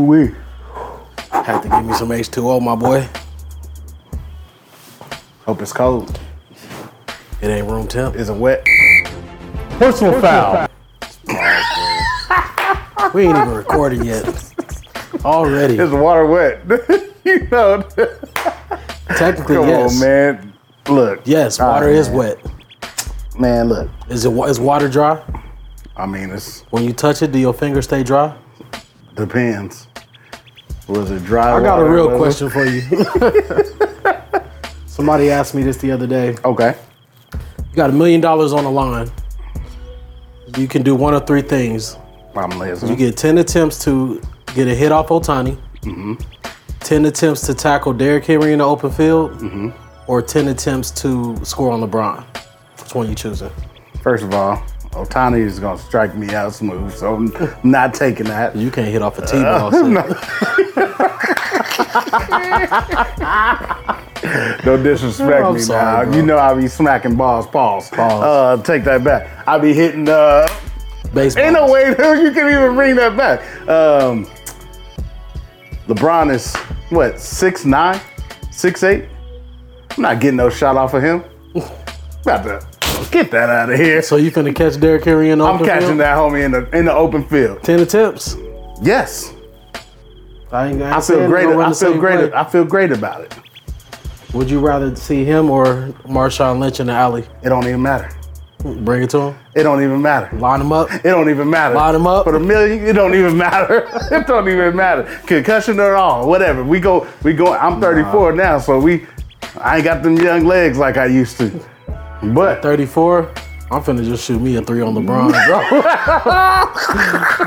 we. Have to give me some H2O, my boy. Hope it's cold. It ain't room temp. Is it wet? Personal foul. We ain't even recorded yet. Already. Is the water wet? you know. Technically, Come yes. on, man. Look. Yes, Ah, water is man. wet. Man, look. Is it wa- is water dry? I mean, it's When you touch it, do your fingers stay dry? depends. Was it dry? I got a water? real Was it- question for you. Somebody asked me this the other day. Okay. You got a million dollars on the line. You can do one of three things. I'm listening. You get 10 attempts to get a hit off Otani, Mm-hmm. 10 attempts to tackle Derrick Henry in the open field, Mm-hmm. or 10 attempts to score on LeBron. Which one you choosing? First of all, Otani is gonna strike me out smooth, so I'm not taking that. You can't hit off a Uh, T-ball. so- No disrespect I'm me sorry, now. bro. You know I be smacking balls, paws. Balls. Uh, take that back. I be hitting. Uh, Baseball. ain't no way that you can even bring that back. Um, LeBron is what six nine, six eight. I'm not getting no shot off of him. About to get that out of here. So you finna catch Derrick Henry in the I'm open catching field? that homie in the in the open field. 10 attempts. Yes, I, ain't, I feel great. I feel great. I feel great about it. Would you rather see him or Marshawn Lynch in the alley? It don't even matter. Bring it to him. It don't even matter. Line him up. It don't even matter. Line 'em up. for the million. It don't even matter. it don't even matter. Concussion or all, whatever. We go. We go. I'm 34 now, so we. I ain't got them young legs like I used to. But 34. I'm finna just shoot me a three on LeBron, bro.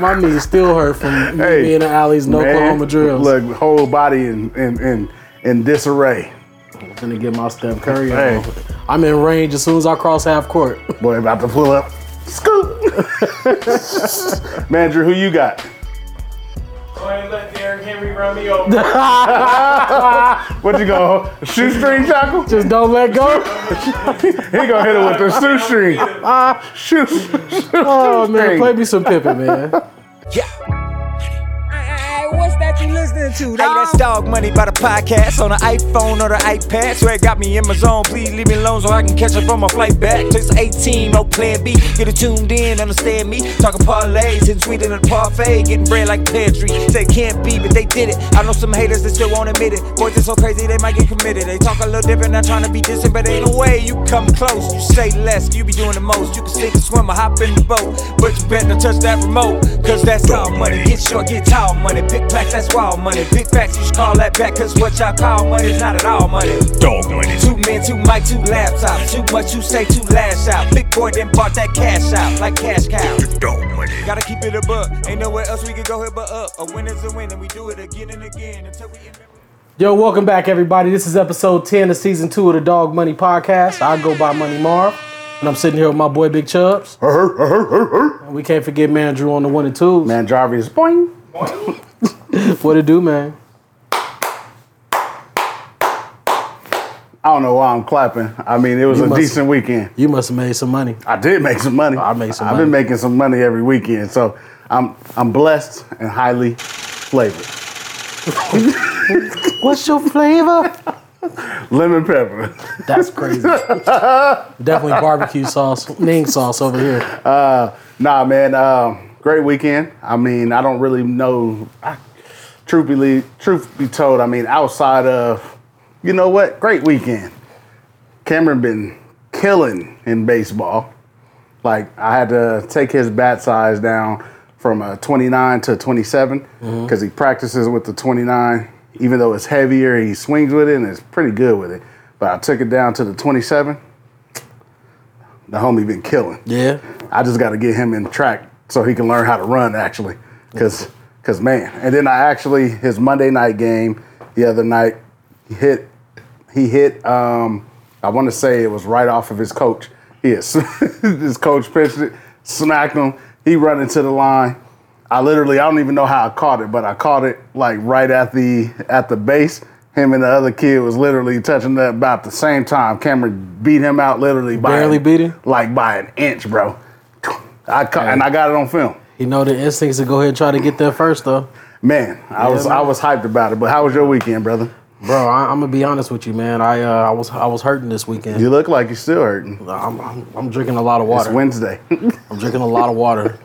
My knees still hurt from me Hey, being in the alleys in man, Oklahoma drills. Look, whole body in in in, in disarray. I'm finna get my Steph Curry on. Hey. I'm in range as soon as I cross half court. Boy, about to pull up. Scoop. Manager, who you got? Why let Derrick Henry run me over? What you gonna shoestring tackle? Just don't let go. He gonna hit it with the shoestring. Ah, shoot. Oh man, Hey. play me some Pippin, man. Hey, what's that you listening to, Hey, that's Dog Money by the podcast on the iPhone or the iPad. Swear it got me in my zone. Please leave me alone so I can catch up on my flight back. Just 18, no plan B. Get it tuned in, understand me. Talking parlays, hitting sweet in a parfait, getting bread like pantry. Say it can't be, but they did it. I know some haters that still won't admit it. Boys, it's so crazy they might get committed. They talk a little different, not trying to be distant, but ain't no way you come close. You say less, you be doing the most. You can sink or swim or hop in the boat, but you better not touch that remote. Cause that's all money. Get short, get tall money. Big packs, that's wild money. Big facts, you should call that back. Cause what y'all call money is not at all money. Dog money. Two men, two mic, two laptops. Too much you say, too lash out. Big boy then bought that cash out like cash cow. Dog money. Gotta keep it above. Ain't nowhere else we could go here but up. A win is a win, and we do it again and again until we. Yo, welcome back, everybody. This is episode 10 of season two of the Dog Money Podcast. I go by Money Marv, and I'm sitting here with my boy Big Chubbs. Uh-huh, And we can't forget Man Drew on the one and twos. Man, Jarvis, boing. What it do, man? I don't know why I'm clapping. I mean, it was You a must- decent weekend. You must have made some money. I did make some money. I made some I've been making some money every weekend, so I'm I'm blessed and highly flavored. What's your flavor? Lemon pepper. That's crazy. Definitely barbecue sauce, Ning sauce over here. Uh, nah, man. Um, great weekend. I mean, I don't really know. I, truth be truth be told, I mean, outside of you know what, great weekend. Cameron been killing in baseball. Like I had to take his bat size down from a 29 to 27 because he practices with the 29. Even though it's heavier, he swings with it and is pretty good with it. But I took it down to the 27. The homie been killing. Yeah. I just got to get him in track so he can learn how to run actually, because because man. And then I actually his Monday night game the other night he hit he hit um I want to say it was right off of his coach. Yes, his coach pitched it, smacked him. He run into the line. I literally I don't even know how I caught it, but I caught it like right at the at the base. Him and the other kid was literally touching that about the same time. Cameron beat him out literally by Barely beat him? like by an inch, bro. I ca- and I got it on film. You know the instincts to go ahead and try to get there first, though. Man, I was I was hyped about it. But how was your weekend, brother? Bro, I, I'm gonna be honest with you, man. I uh, I was I was hurting this weekend. You look like you're still hurting. I'm, I'm, I'm drinking a lot of water. It's Wednesday. I'm drinking a lot of water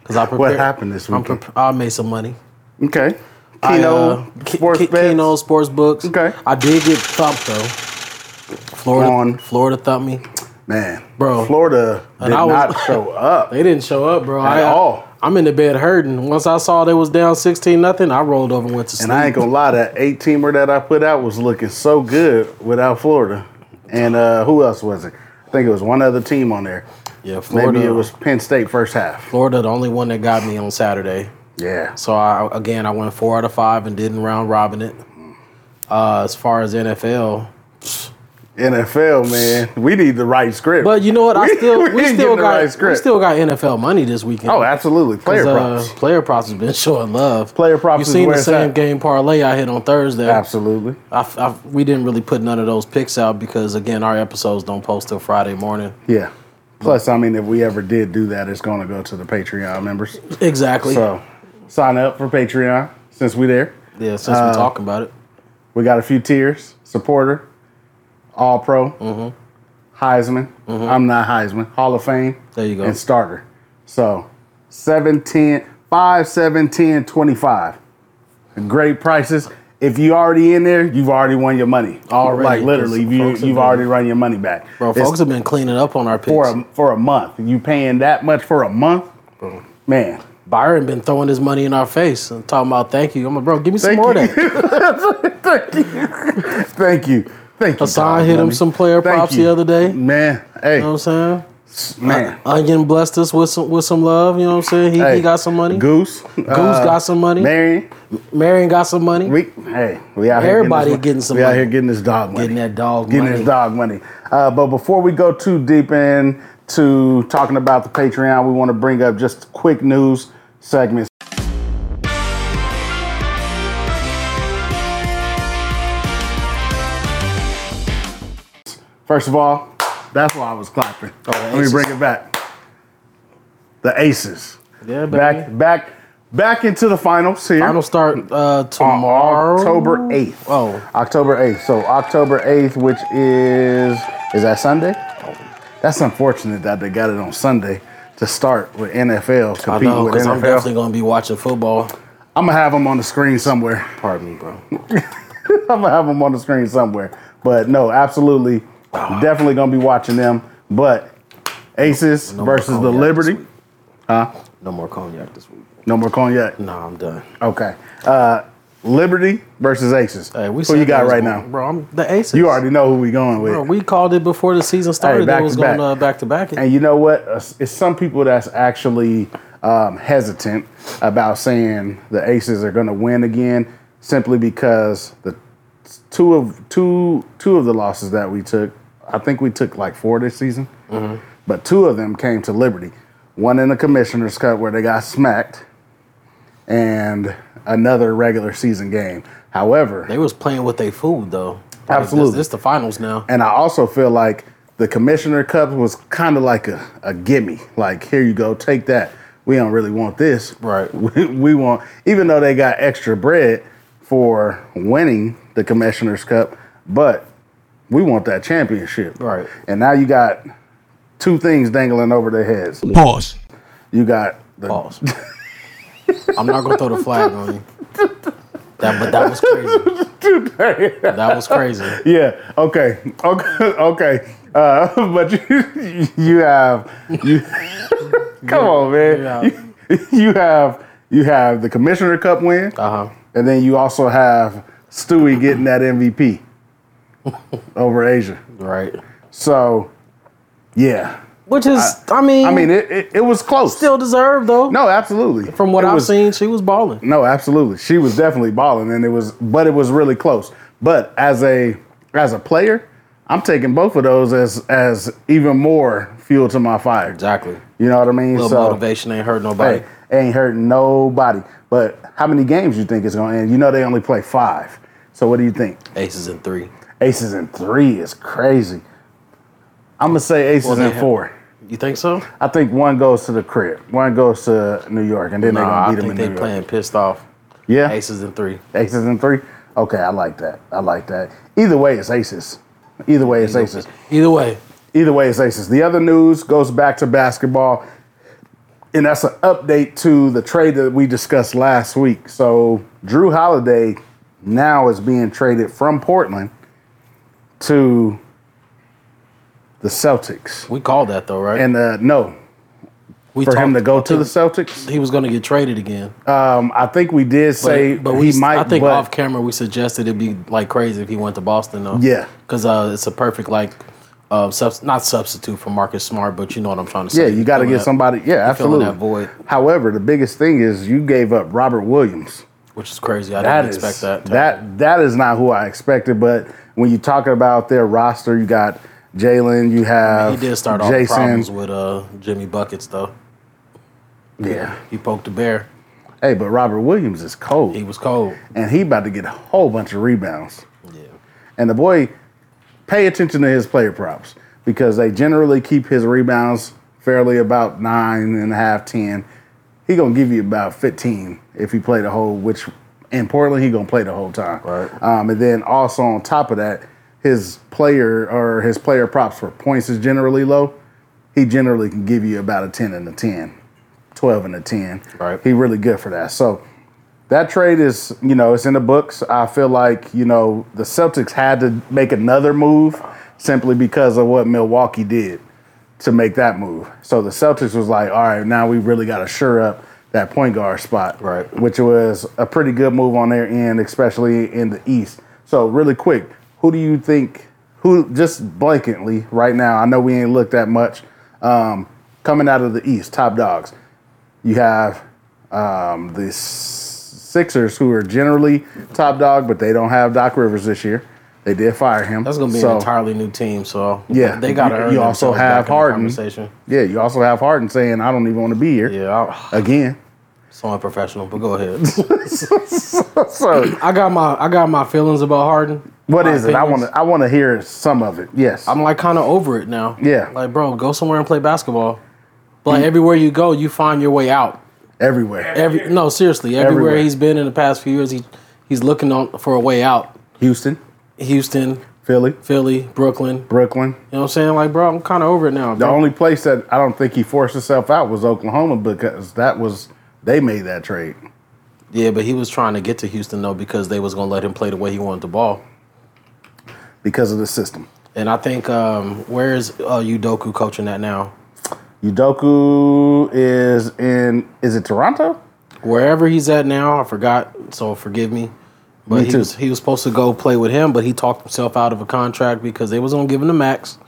because I prepared. happened this I'm weekend? prep- I made some money. okay. I, Keno, uh, Ki- sports Ki- bets. Keno sports books. Okay. I did get thumped though. Florida, On. Florida thumped me. Man, Bro. Florida did And I was- not show up. They didn't show up, bro. At I, uh, all. I'm in the bed hurting. Once I saw they was down 16 nothing, I rolled over and went to sleep. And I ain't gonna lie, that eight teamer that I put out was looking so good without Florida. And uh, who else was it? I think it was one other team on there. yeah, Florida. Maybe it was Penn State first half. Florida, the only one that got me on Saturday. Yeah. So I again, I went four out of five and didn't round robin it. Uh, as far as NFL, NFL, man. We need the right script. but you know what? I We- still we we, ain't getting still the got right we script. still got NFL money this weekend. oh, absolutely. Player 'Cause, uh, props. player props has been showing love. Player props You is seen where the it's same at. game parlay I hit on Thursday. Absolutely. I, I- we didn't really put none of those picks out because again, our episodes don't post till Friday morning. Yeah. Plus, I mean, if we ever did do that, it's going to go to the Patreon members. Exactly. So sign up for Patreon since we there. yeah, since uh, we're talking about it, We got a few tiers: supporter, All Pro, Mm-hmm. Heisman. I'm not Heisman. Hall of Fame. There you go. And starter. So 17, 5, 7, 10, 25. Great prices. If you already in there, you've already won your money. Already, like literally, because you, folks have you've been- already run your money back. bro, It's folks have been cleaning up on our picks. for a, for a month. You paying that much for a month, man? Byron been throwing his money in our face and talking about thank you. I'm like, bro, give me some Thank more you. of that. Thank you. Thank you. Thank you. Hassan Dog hit him Money. some player props the other day. Man, hey, You know what I'm saying? man. Onion blessed us with some with some love. You know what I'm saying? He, hey, he got some money. Goose. Goose got some money. Marion. Marion got some money. We, hey, we out here Everybody this- getting some We out money. here getting this dog money. Getting that dog Getting money. this dog money. Uh, but before we go too deep in to talking about the Patreon, we want to bring up just quick news segments. First of all, that's why I was clapping. Let me Oh, Aces. bring it back. The Aces. Yeah, baby. back, back, back into the finals here. Final start uh, On tomorrow. October 8th. Oh. October 8th. So October 8th, which is is that Sunday? That's unfortunate that they got it on Sunday to start with NFL I competing know, with because I'm NFL. definitely I'm, gonna be watching football. gonna have them on the screen somewhere. Pardon me, bro. I'm gonna have them on the screen somewhere. But no, absolutely, definitely gonna be watching them. But Aces No more versus the cognac Liberty. this week. No more cognac this week. No more cognac. Nah, I'm done. Okay. Uh, Liberty versus Aces. Hey, we who said you got that was right going- now? bro? I'm the aces. You already know who we going with. Bro, we called it before the season started. back that was to going back. uh, back to back. And you know what? Uh, It's some people that's actually um, hesitant about saying the Aces are going to win again, simply because the two of two two of the losses that we took, I think we took like four this season, but two of them came to Liberty. One in the Commissioner's Cup where they got smacked, and another regular season game. However, They was playing with their food though. Like, Absolutely. this, this the finals now. And I also feel like the Commissioner Cup was kind of like a, a gimme. Like, here you go, take that. We don't really want this. Right. We, we want, even though they got extra bread for winning the Commissioner's Cup, but we want that championship. Right. And now you got two things dangling over their heads. Pause. You got the. Pause. I'm not gonna throw the flag on you. That, but that was crazy. that was crazy. Yeah. Okay. Okay. Okay. Uh, but you, you have you. come on, Yeah. man. You, you have you have the Commissioner Cup win, Uh huh. and then you also have Stewie getting that MVP over Asia. Right. So, yeah. Which is, I, mean, I mean, it, it, it was close. still deserved though. no, absolutely. From what It I've was- seen, she was balling. No, absolutely. She was definitely balling, and it was, but it was really close. But as a as a player, I'm taking both of those as as even more fuel to my fire. Exactly. You know what I mean? Little so motivation ain't hurt nobody. hey, ain't hurting nobody. But how many games you think it's gonna end? You know they only play five. So what do you think? Aces in three. Aces in three is crazy. I'm gonna say aces Well, they in have- four. You think so? I think one goes to the crib, one goes to New York, and then No, they're gonna I beat them think in they New York. playing pissed off. Yeah. Aces and three. Aces and three. Okay, I like that. I like that. Either way, it's aces. Either way, it's aces. Either way, Either way, it's aces. The other news goes back to basketball, and that's an update to the trade that we discussed last week. So Drew Holiday now is being traded from Portland to the Celtics, we called that though, right? and uh, no, we for him to talked- go I to the think Celtics. He was going to get traded again. Um, I think we did say, but he we, might. I think but- off camera we suggested it'd be like crazy if he went to Boston though. Yeah. because uh, it's a perfect like, uh, subs- not substitute for Marcus Smart, but you know what I'm trying to say. Yeah, you got to Filling get that- somebody. Yeah, filling absolutely. that void. However, the biggest thing is you gave up Robert Williams. which is crazy. I That didn't is expect that. that that is not who I expected. But when you talking about their roster, you got Jalen, you have he did start off Jason. problems with uh, Jimmy buckets though. Yeah. He poked the bear. Hey, but Robert Williams is cold, He was cold. and he about to get a whole bunch of rebounds. Yeah, And the boy, pay attention to his player props because they generally keep his rebounds fairly about nine and a half, ten. He gonna give you about fifteen if he play the whole. Which in Portland, he gonna play the whole time. Right. Um, and then also on top of that, his player or his player props for points is generally low. He generally can give you about a ten and a 10, 12 and a ten. Right. He really good for that. So that trade is, you know, it's in the books. I feel like, you know, the Celtics had to make another move simply because of what Milwaukee did to make that move. So the Celtics was like, all right, now we really got to sure up that point guard spot. Right. Which was a pretty good move on their end, especially in the East. So, really quick, who do you think, who just blanketly right now, I know we ain't looked that much, um, coming out of the East, top dogs. You have um, the S- Sixers, who are generally top dog, but they don't have Doc Rivers this year. They did fire him. that's gonna be an So- entirely new team. So Yeah. they got to. You- earn you also themselves have back in the Harden. Conversation. Yeah, you also have Harden saying, I don't even want to be here Yeah, I- again. so unprofessional. But go ahead. So, I got my I got my feelings about Harden. what My is it? I opinions. want to I want to hear some of it. Yes. I'm like kind of over it now. Yeah. Like, bro, go somewhere and play basketball. But everywhere you go, you find your way out. everywhere. Every no, seriously, everywhere, Everywhere. he's been in the past few years, he he's looking on for a way out. Houston, Houston, Philly, Philly, Brooklyn. You Brooklyn. know what I'm saying? Like, bro, I'm kind of over it now. The Bro. only place that I don't think he forced himself out was Oklahoma because that was they made that trade. Yeah, but he was trying to get to Houston though because they was gonna let him play the way he wanted the ball. because of the system. And I think um, where is uh, Udoku coaching at now? Udoku is in is it Toronto? wherever he's at now, I forgot, so forgive me. But Me he too. was he was supposed to go play with him, but he talked himself out of a contract because they was gonna give him the max.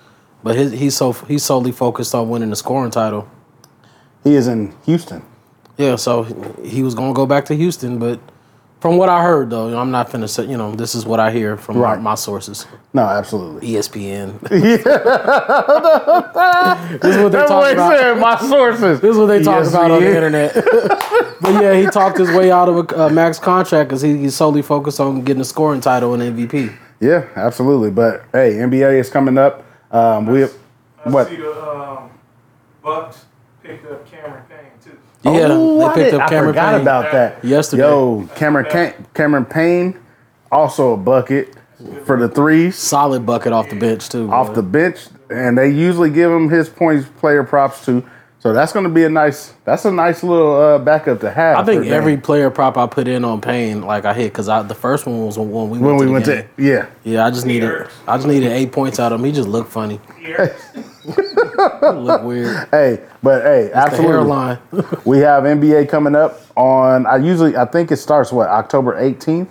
But his, he's so he's solely focused on winning the scoring title. He is in Houston. Yeah, so he was gonna go back to Houston, but from what I heard though, you know, I'm not finna say you know this is what I hear from my- Right. my, sources, E No, absolutely. ESPN. this is what they That's what talk they about. said, my sources. This is what they talk Yes, about on yeah. the internet. but yeah, he talked his way out of a uh, max contract because he, he's solely focused on getting a scoring title and MVP. Yeah, absolutely. But hey, NBA is coming up. Um, we I what? see the um, Bucks picked up Cameron Payne too. Yeah, Oh, I they picked did- up I Cameron forgot Payne. about that Yesterday. Yo, Cameron Ca- Cameron Payne, also a bucket for the threes Solid bucket off the bench too. off the bench, and they usually give him his points player props too. So that's going to be a nice. That's a nice little uh, backup to have. I think for them. every player prop I put in on Payne, like I hit, because I the first one was when we when went to we the went game. to yeah. Yeah, I just needed I just needed eight points out of him. He just looked funny. Here, He looked weird. Hey, but hey, The absolutely. hairline. We have NBA coming up on. I usually I think it starts what October 18th.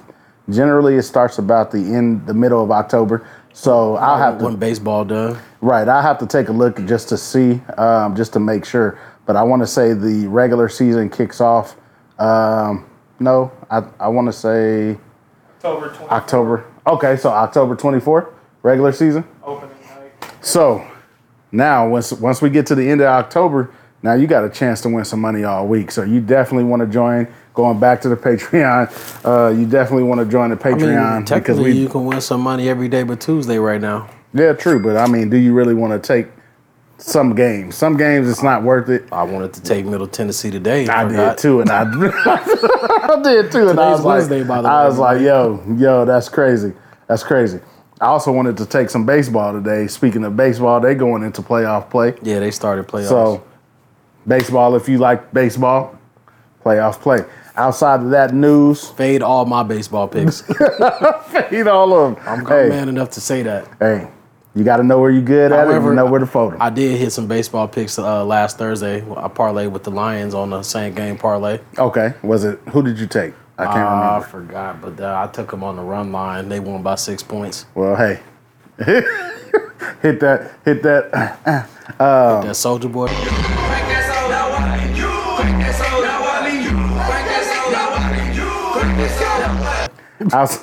Generally, it starts about the end, the middle of October. So I'll have to when baseball done. Right, I have to take a look just to see, um, just to make sure. But I want to say the regular season kicks off. Um, no, I, I want to say October 20th, October. Okay, so October 24th, regular season. opening night. So now, once once we get to the end of October, now you got a chance to win some money all week. So you definitely want to join. Going back to the Patreon, uh, you definitely want to join the I mean, Patreon because technically we you can win some money every day but Tuesday right now. Yeah, true, but I mean, do you really want to take some games. Some games it's not worth it. I wanted to take Middle Tennessee today. I did forgot. too, and I, I did too, and I was Today's like, Wednesday, by the I way, was like, yo, yo, that's crazy, that's crazy. I also wanted to take some baseball today. Speaking of baseball, they going into playoff play. Yeah, they started playoffs. So, baseball, if you like baseball, playoff play. Outside of that news, fade all my baseball picks. fade all of them. I'm hey, man enough to say that. hey, you got to know where you're good at, and However, you know where to fold 'em. I did hit some baseball picks uh, last Thursday. I parlayed with the Lions on the same game parlay. Ah, okay, was it who did you take? I can't I remember. forgot, but uh, I took them on the run line. They won by six points. Well, hey, hit that, hit that. that Soldier Boy. Outs-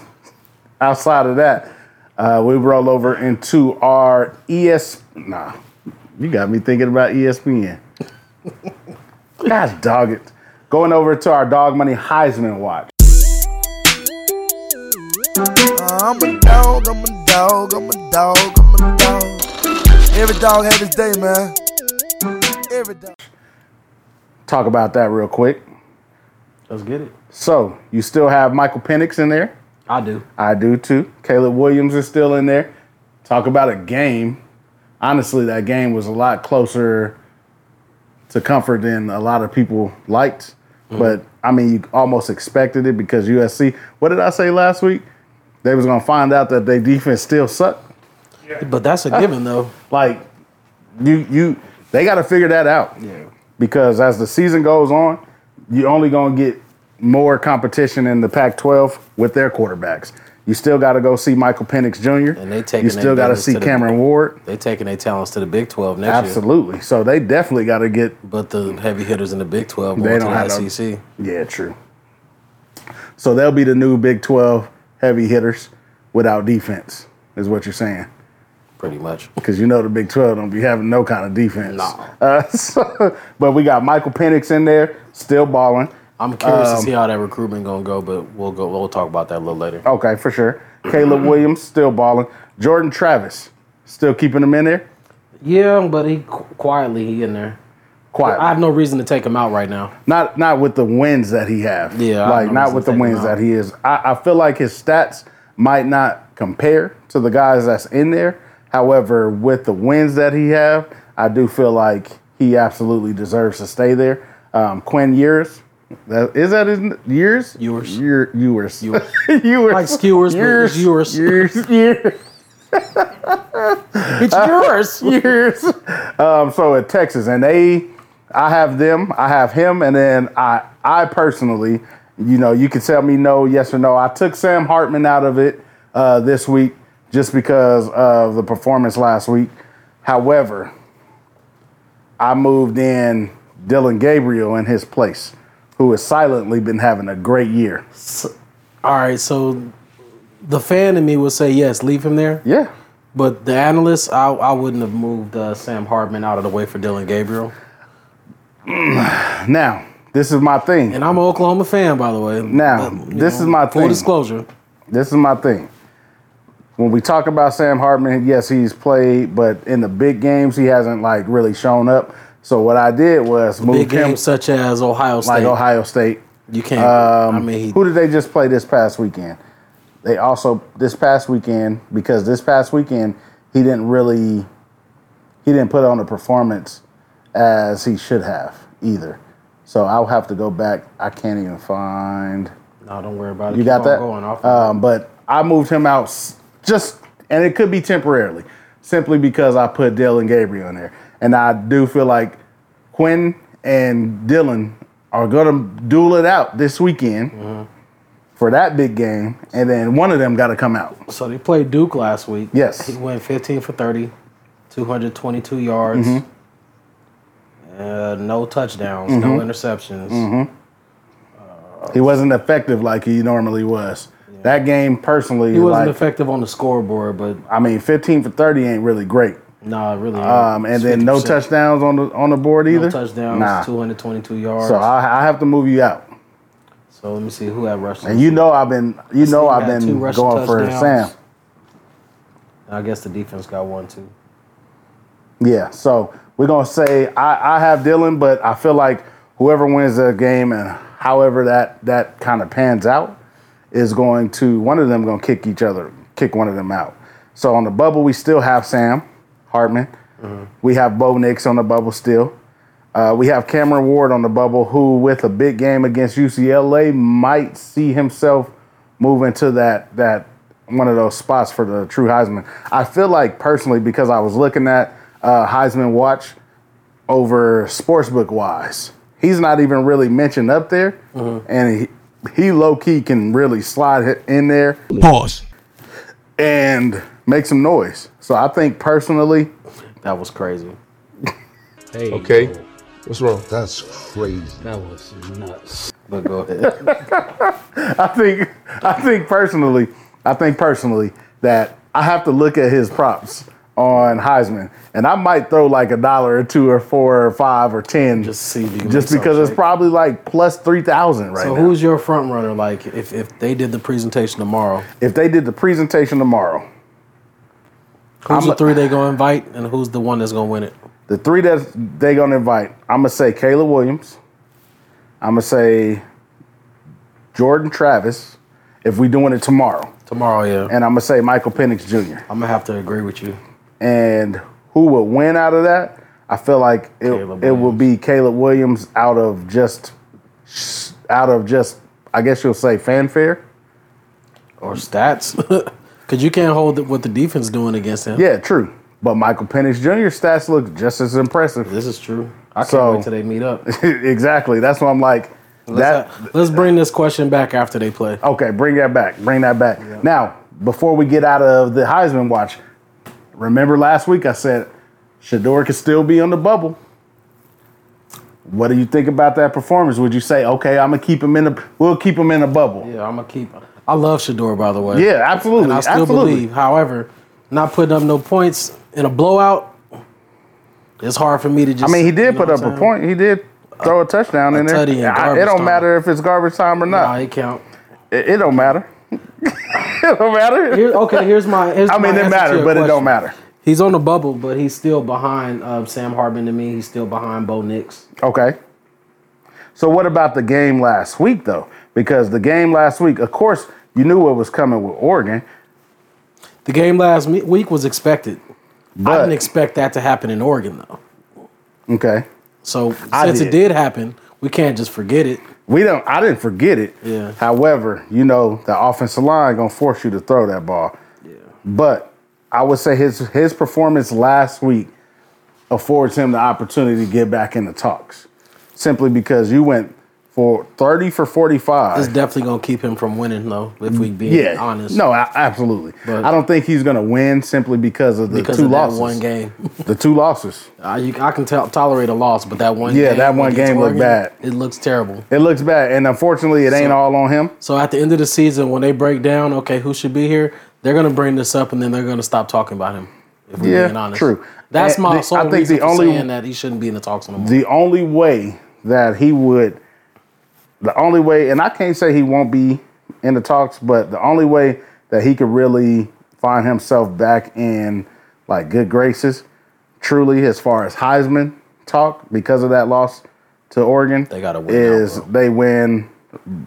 Outside of that, uh, we roll over into our ES. Nah, you got me thinking about E ESPN. God dog it. Going over to our Dog Money Heisman watch. I'm a dog, I'm a dog, I'm a dog, I'm a dog. Every dog had his day, man. Every dog. Talk about that real quick. Let's get it. So you still have Michael Penix in there. I do. I do too. Caleb Williams is still in there. Talk about a game. Honestly, that game was a lot closer to comfort than a lot of people liked. But I mean, you almost expected it because USC. What did I say last week? They was gonna find out that their defense still sucked. But that's a Ah. given, though. Like you, you, they got to figure that out. Because as the season goes on, you're only gonna get more competition in the Pac-12 with their quarterbacks. You still got to go see Michael Penix Jr. And they taking you their still got to business see to the- Cameron Ward. They taking their talents to the Big Twelve next year. Absolutely. So they definitely got to get But the heavy hitters in the Big Twelve They going to don't the E have no- SEC. Yeah, true. So they'll be the new Big 12 heavy hitters without defense, is what you're saying. Pretty much. Because you know the Big 12 don't be having no kind of defense. No. Uh, so- but we got Michael Penix in there, still balling. I'm curious Um, to see how that recruitment gonna go, but we'll go. We'll talk about that a little later. Okay, for sure. Caleb Williams, still balling. Jordan Travis, still keeping him in there. Yeah, but he qu- quietly he in there. Quiet. I have no reason to take him out right now. not not with the wins that he have. Yeah, I like don't not know with the what's wins going on. that he is. I, I feel like his stats might not compare to the guys that's in there. However, with the wins that he have, I do feel like he absolutely deserves to stay there. Um, Quinn Years, that, is that his n- years? Ewers. Year, Ewers. Ewers. Ewers. Like skewers, but it's Ewers. Years. Years. It's yours. years. Um, so at Texas, and they, I have them, I have him, and then I, I personally, you know, you can tell me no, yes or no. I took Sam Hartman out of it uh, this week just because of the performance last week. However, I moved in Dylan Gabriel in his place, who has silently been having a great year. All right, so the fan in me would say yes, leave him there. Yeah. But the analyst, I, I wouldn't have moved uh, Sam Hartman out of the way for Dylan Gabriel. Now, this is my thing. And I'm an Oklahoma fan, by the way. Now, But, you this is my full thing. disclosure. this is my thing. When we talk about Sam Hartman, yes, he's played, but in the big games, he hasn't like really shown up. So what I did was Big move him games such as Ohio State. like Ohio State. You can't. I mean, he, Who did they just play this past weekend? They also this past weekend because this past weekend he didn't really he didn't put on a performance as he should have either. So I'll have to go back. I can't even find. no, don't worry about it. You Keep got on that? Going off. Um, but I moved him out s- just, and it could be temporarily, simply because I put Dylan Gabriel in there, and I do feel like Quinn and Dylan are gonna duel it out this weekend Mm-hmm. for that big game, and then one of them got to come out. so they played Duke last week. Yes. He went 15 for 30, 222 yards, Mm-hmm. uh, no touchdowns, no interceptions. He wasn't effective like he normally was. That game, personally, He wasn't like effective on the scoreboard, but I mean, fifteen for thirty ain't really great. nah, really. Um, and then no touchdowns on the on the board either. No touchdowns, Nah. 222 yards. So I, I have to move you out. So let me see who had rushed. And you know I've been you know team I've had two been rushing going for Sam. touchdowns. I guess the defense got one too. Yeah. So We're gonna say I, I have Dylan, but I feel like whoever wins the game and however that that kind of pans out is going to one of them gonna kick each other, kick one of them out. So on the bubble, we still have Sam Hartman. Mm-hmm. We have Bo Nix on the bubble still. Uh, we have Cameron Ward on the bubble, who with a big game against UCLA might see himself move into that that one of those spots for the true Heisman. I feel like personally because I was looking at uh, Heisman Watch over sportsbook wise, he's not even really mentioned up there, and he he low key can really slide it in there Pause. and make some noise. So I think personally, That was crazy. Hey, Okay. What's wrong? That's crazy. that was nuts. But go ahead. I think I think personally, I think personally that I have to look at his props on Heisman, and I might throw like a dollar or two or four or five or ten Just to see if you can just make because something it's shake. probably like plus three thousand right so now. who's your front runner? Like, if, if they did the presentation tomorrow, if they did the presentation tomorrow, who's I'm- the three they gonna invite, and who's the one that's gonna win it? the three that they gonna invite, I'm gonna say Kayla Williams. I'm gonna say Jordan Travis. If we doing it tomorrow, Tomorrow, yeah. and I'm gonna say Michael Penix Jr. I'm gonna have to agree with you. and who would win out of that? I feel like Caleb it, it will be Caleb Williams out of just out of just I guess you'll say fanfare. Or stats. Because you can't hold what the defense doing against him. Yeah, true. But Michael Penix Jr. stats look just as impressive. This is true. I can't So- wait till they meet up. exactly. That's why I'm like that. Let's, let's bring this question back after they play. Okay, bring that back. Bring that back. Now, before we get out of the Heisman watch, remember last week I said Shador could still be on the bubble. What do you think about that performance? Would you say, okay, I'm gonna keep him in the we'll keep him in the bubble? Yeah, Yeah, I'm gonna keep. I love Shador, by the way. absolutely. and I still absolutely. believe. However, not putting up no points in a blowout, it's hard for me to I just. mean he you did know put what up I'm a saying? point. He did throw a touchdown in there. tutty in I- garbage it don't time. matter if it's garbage time or Nah, not. it count. it, it don't matter. it don't matter. Here, okay, here's my. Here's I mean my it answer to matters, your but it don't question. matter. He's on the bubble, but he's still behind um, Sam Harbin to me. He's still behind Bo Nix. Okay. So what about the game last week though? Because the game last week, of course, you knew what was coming with Oregon, The game last me- week was expected. I but didn't expect that to happen in Oregon though. okay, So I since it did. did happen, we can't just forget it. we don't. I didn't forget it. Yeah. However, you know the offensive line gonna force you to throw that ball. Yeah. But I would say his his performance last week affords him the opportunity to get back in the talks, simply because you went for thirty for forty five. It's definitely gonna keep him from winning though. If we being yeah, honest, No, a- absolutely. But- I don't think he's gonna win simply because of the because two of losses. that one game. The two losses. I, you, I can tell, tolerate a loss, but that one Yeah, game that one against game looked Oregon, bad. It looks terrible. It looks bad, and unfortunately, it ain't So- all on him. So at the end of the season, when they break down, okay, who should be here? They're gonna bring this up, and then they're gonna stop talking about him. If we're Yeah, being honest, true. That's And my the- sole I think reason the for only- saying that he shouldn't be in the talks no more. The only way that he would, the only way, and I can't say he won't be in the talks, but the only way that he could really find himself back in like good graces, truly, as far as Heisman talk, because of that loss to Oregon, They gotta win out, Is bro. they win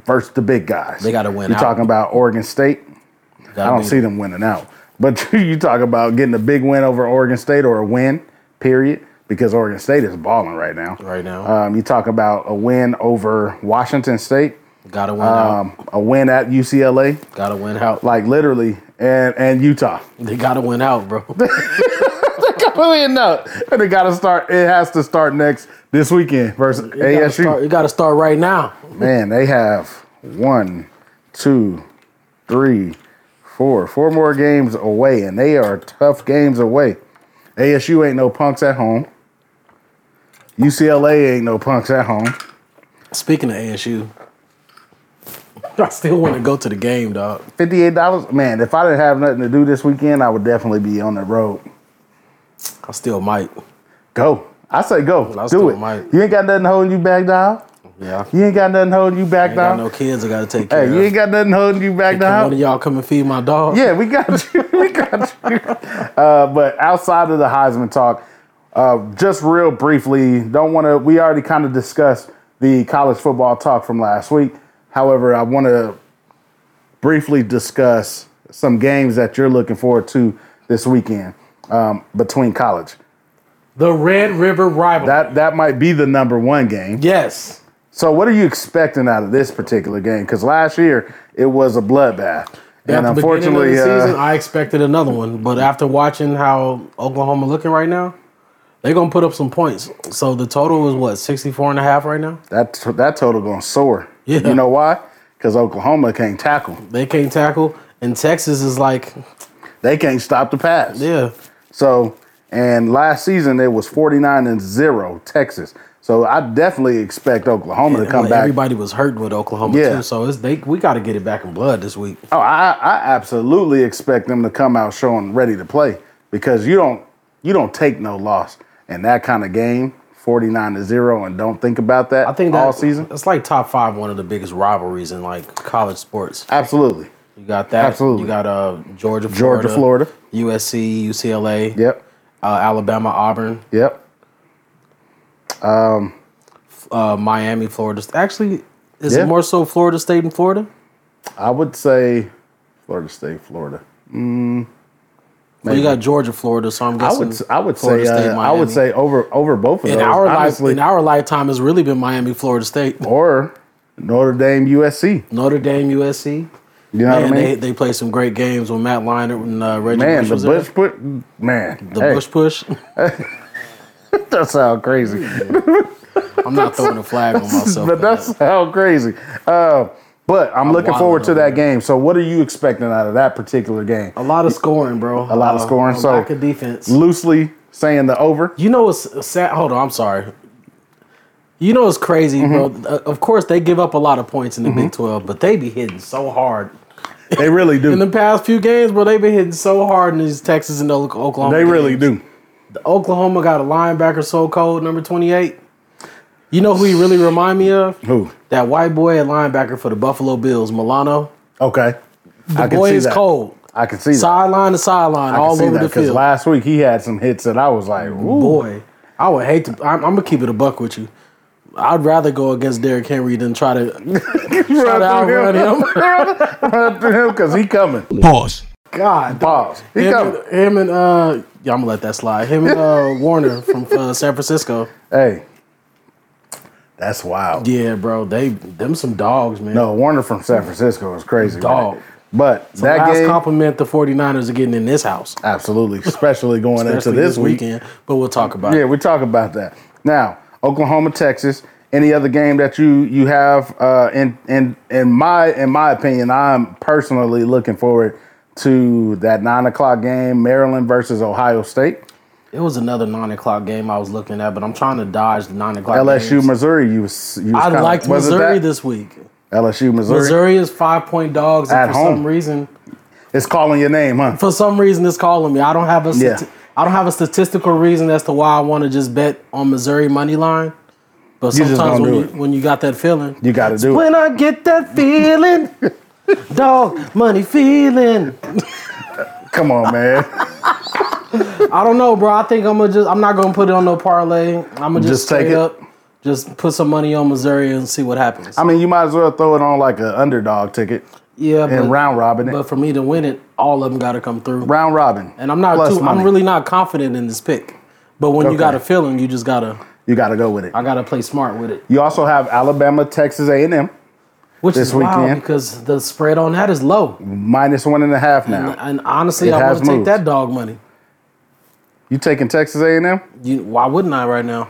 versus the big guys? They gotta win You're out. talking about Oregon State. I Gotta don't be- see them winning out. But you talk about getting a big win over Oregon State or a win, period, because Oregon State is balling right now. Right now. Um, you talk about a win over Washington State, Gotta win out. um, a win at UCLA, Gotta win out. Like like literally, and and Utah. they gotta win out, bro. Really no, and it got to start. It has to start next this weekend versus You gotta ASU. start- you gotta start right now. Man, they have one, two, three, four, four more games away, and they are tough games away. ASU ain't no punks at home. UCLA ain't no punks at home. Speaking of ASU, I still want to go to the game, dog. Fifty-eight dollars, man. If I didn't have nothing to do this weekend, I would definitely be on the road. I still might. Go, I say go, I do still it. might. You ain't got nothing holding you back, down. Yeah. You ain't got nothing holding you back, ain't got down. no kids I gotta take care hey, you of. ain't got nothing holding you back, Can down. one of y'all come and feed my dog? Yeah, we got you. we got you. Uh, but outside of the Heisman talk, Uh, just real briefly, don't want to. We already kind of discussed the college football talk from last week. However, I want to briefly discuss some games that you're looking forward to this weekend um, between college. The Red River Rival. That that might be the number one game. yes. So, what are you expecting out of this particular game? Because last year it was a bloodbath, and At the beginning of unfortunately, the season, uh, I expected another one, but after watching how Oklahoma looking right now, they're gonna put up some points. So the total is what 64 and a half right now. that that total going to soar. Yeah. You know why? Because Oklahoma can't tackle. They can't tackle, and Texas is like, They can't stop the pass. yeah, So, and last season it was 49 and 0 Texas. So, I definitely expect Oklahoma to come like, back. everybody was hurt with Oklahoma Yeah. too. So it's they we got to get it back in blood this week. Oh, I, I absolutely expect them to come out showing ready to play because you don't you don't take no loss in that kind of game, 49 to 0 and don't think about that I think that all season. It's like top five, one of the biggest rivalries in like college sports. Absolutely. You got that. Absolutely. You got uh Georgia, Georgia, Florida. USC, UCLA, Yep. uh, Alabama, Auburn, Yep. uh, Miami, Florida. St- Actually, is Yeah. it more so Florida State and Florida? I would say Florida State, Florida. Well, you got Georgia, Florida. So I'm I guessing. would I would say Florida State, uh, I would Miami. say over over both of in those. our honestly, life, in our lifetime, has really been Miami, Florida State, or Notre Dame, USC. Notre Dame, USC. You know Man, what I they mean? they played some great games when Matt Leinart and uh, Reggie man, Bush the was Bush there. put man, The hey, Bush push. that sound crazy. I'm not throwing a flag on myself. but for that. that's how crazy. Uh, but I'm, looking wilding forward to over that there. game. So, what are you expecting out of that particular game? a lot of scoring, bro. Uh, A lot of scoring, so- lack of defense. Loosely saying the over. You know what's sad? Hold on, I'm sorry. You know what's crazy, Mm-hmm. bro? Uh, Of course, they give up a lot of points in the Big 12, but they be hitting so hard. They really In the do. past few games, bro, they been hitting so hard in these Texas and Oka- Oklahoma. They really games. do. Oklahoma got a linebacker so cold, number 28. You know who he really remind me of? Who? That white boy at linebacker for the Buffalo Bills, Milano. Okay. I Boy is cold. I can see that. Sideline to sideline, I can all see over that the because field. last week he had some hits that I was like, ooh. boy, I would hate to. I'm, I'm gonna keep it a buck with you. I'd rather go against Derrick Henry than try to try to outrun him. Run through him because he coming. Pause. God, Pause. He him, coming. and- him and uh, yeah, I'm gonna let that slide. Him and uh, Warner from uh, San Francisco. Hey, that's wild. Yeah, bro, they them some dogs, man. No, Warner from San Francisco is crazy. Dog. Right? But that Last game, compliment the 49ers are getting in this house, absolutely, especially going into especially this, week. weekend. But we'll talk about Yeah, it. we talk about that. Now, Oklahoma, Texas. Any other game that you you have? Uh, in in in my in my opinion, I'm personally looking forward to that nine o'clock game, Maryland versus Ohio State, It was another nine o'clock game I was looking at, but I'm trying to dodge the nine o'clock. LSU, games. Missouri. You was, you was I kinda- liked was it Missouri that? this week. LSU, Missouri. Missouri is five point dogs, and At for home. some reason, It's calling your name, huh? for some reason, it's calling me. I don't have a Yeah. stati- I don't have a statistical reason as to why I want to just bet on Missouri money line. But You just sometimes gonna when do you, it. when you got that feeling, You got to do it. when I get that feeling, dog money feeling. Come on, man. I don't know, bro. I think I'm gonna just I'm not gonna put it on no parlay. I'm gonna just, Just take straight it. up, just put some money on Missouri and see what happens. I mean, you might as well throw it on like an underdog ticket yeah, and round robin it. But for me to win it, all of them got to come through. round robin. And I'm not Plus too, money. I'm really not confident in this pick. But when Okay. you got a feeling, you just gotta You got to go with it. I gotta play smart with it. You also have Alabama, Texas A&M Which This is wild weekend. because the spread on that is low. minus one and a half now. And honestly, It I has want to take moved. that dog money. You taking Texas A&M? You, why wouldn't I right now?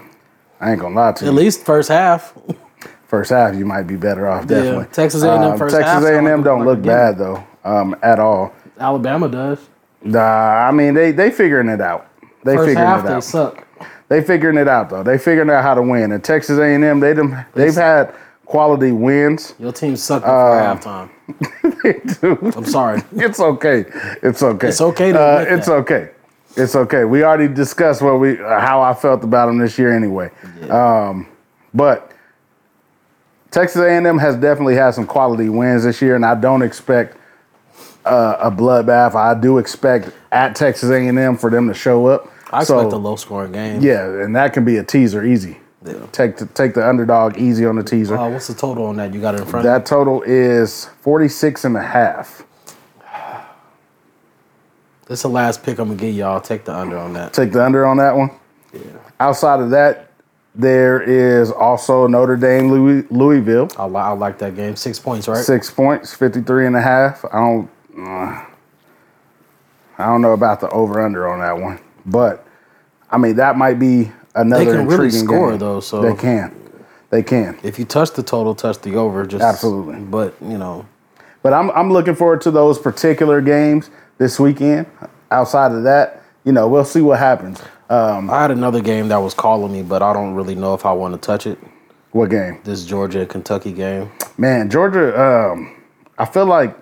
I ain't gonna lie to you. At least first half. First half, you might be better off. Definitely. Texas A&M Um, first Texas half A&M sound like don't a look game. bad though, um, at all. Alabama does. Nah, I mean they they figuring it out. They First figuring half it they out. suck. They figuring it out though. They figuring out how to win. And Texas A&M, they them, they've had quality wins. Your team sucked before Uh, halftime. Dude, I'm sorry. it's okay. It's okay. It's okay to Uh, admit it's that. okay. It's okay. We already discussed what we how I felt about them this year anyway. Um, but Texas A&M has definitely had some quality wins this year, and I don't expect uh, a bloodbath. I do expect at Texas A&M for them to show up. I expect So- a low scoring game. Yeah, and that can be a teaser easy. Yeah. Take the, take the underdog easy on the teaser. Uh, what's the total on that? You got it in front That total is 46 and a half. of you? That's the last pick I'm going to give y'all. Take the under on that. Take the under on that one. Outside of that, there is also Notre Dame Louis, Louisville. I, li- I like that game. Six points, right? Six points, 53 and a half. I don't uh, I don't know about the over under on that one. But I mean that might be another can really intriguing score, game. though, so- they can. They can. If you touch the total, touch the over. Just Absolutely. But, you know, But I'm I'm looking forward to those particular games this weekend. Outside of that, you know, we'll see what happens. I had another game that was calling me, but I don't really know if I want to touch it. What game? This Georgia and Kentucky game. Man, Georgia, um, I feel like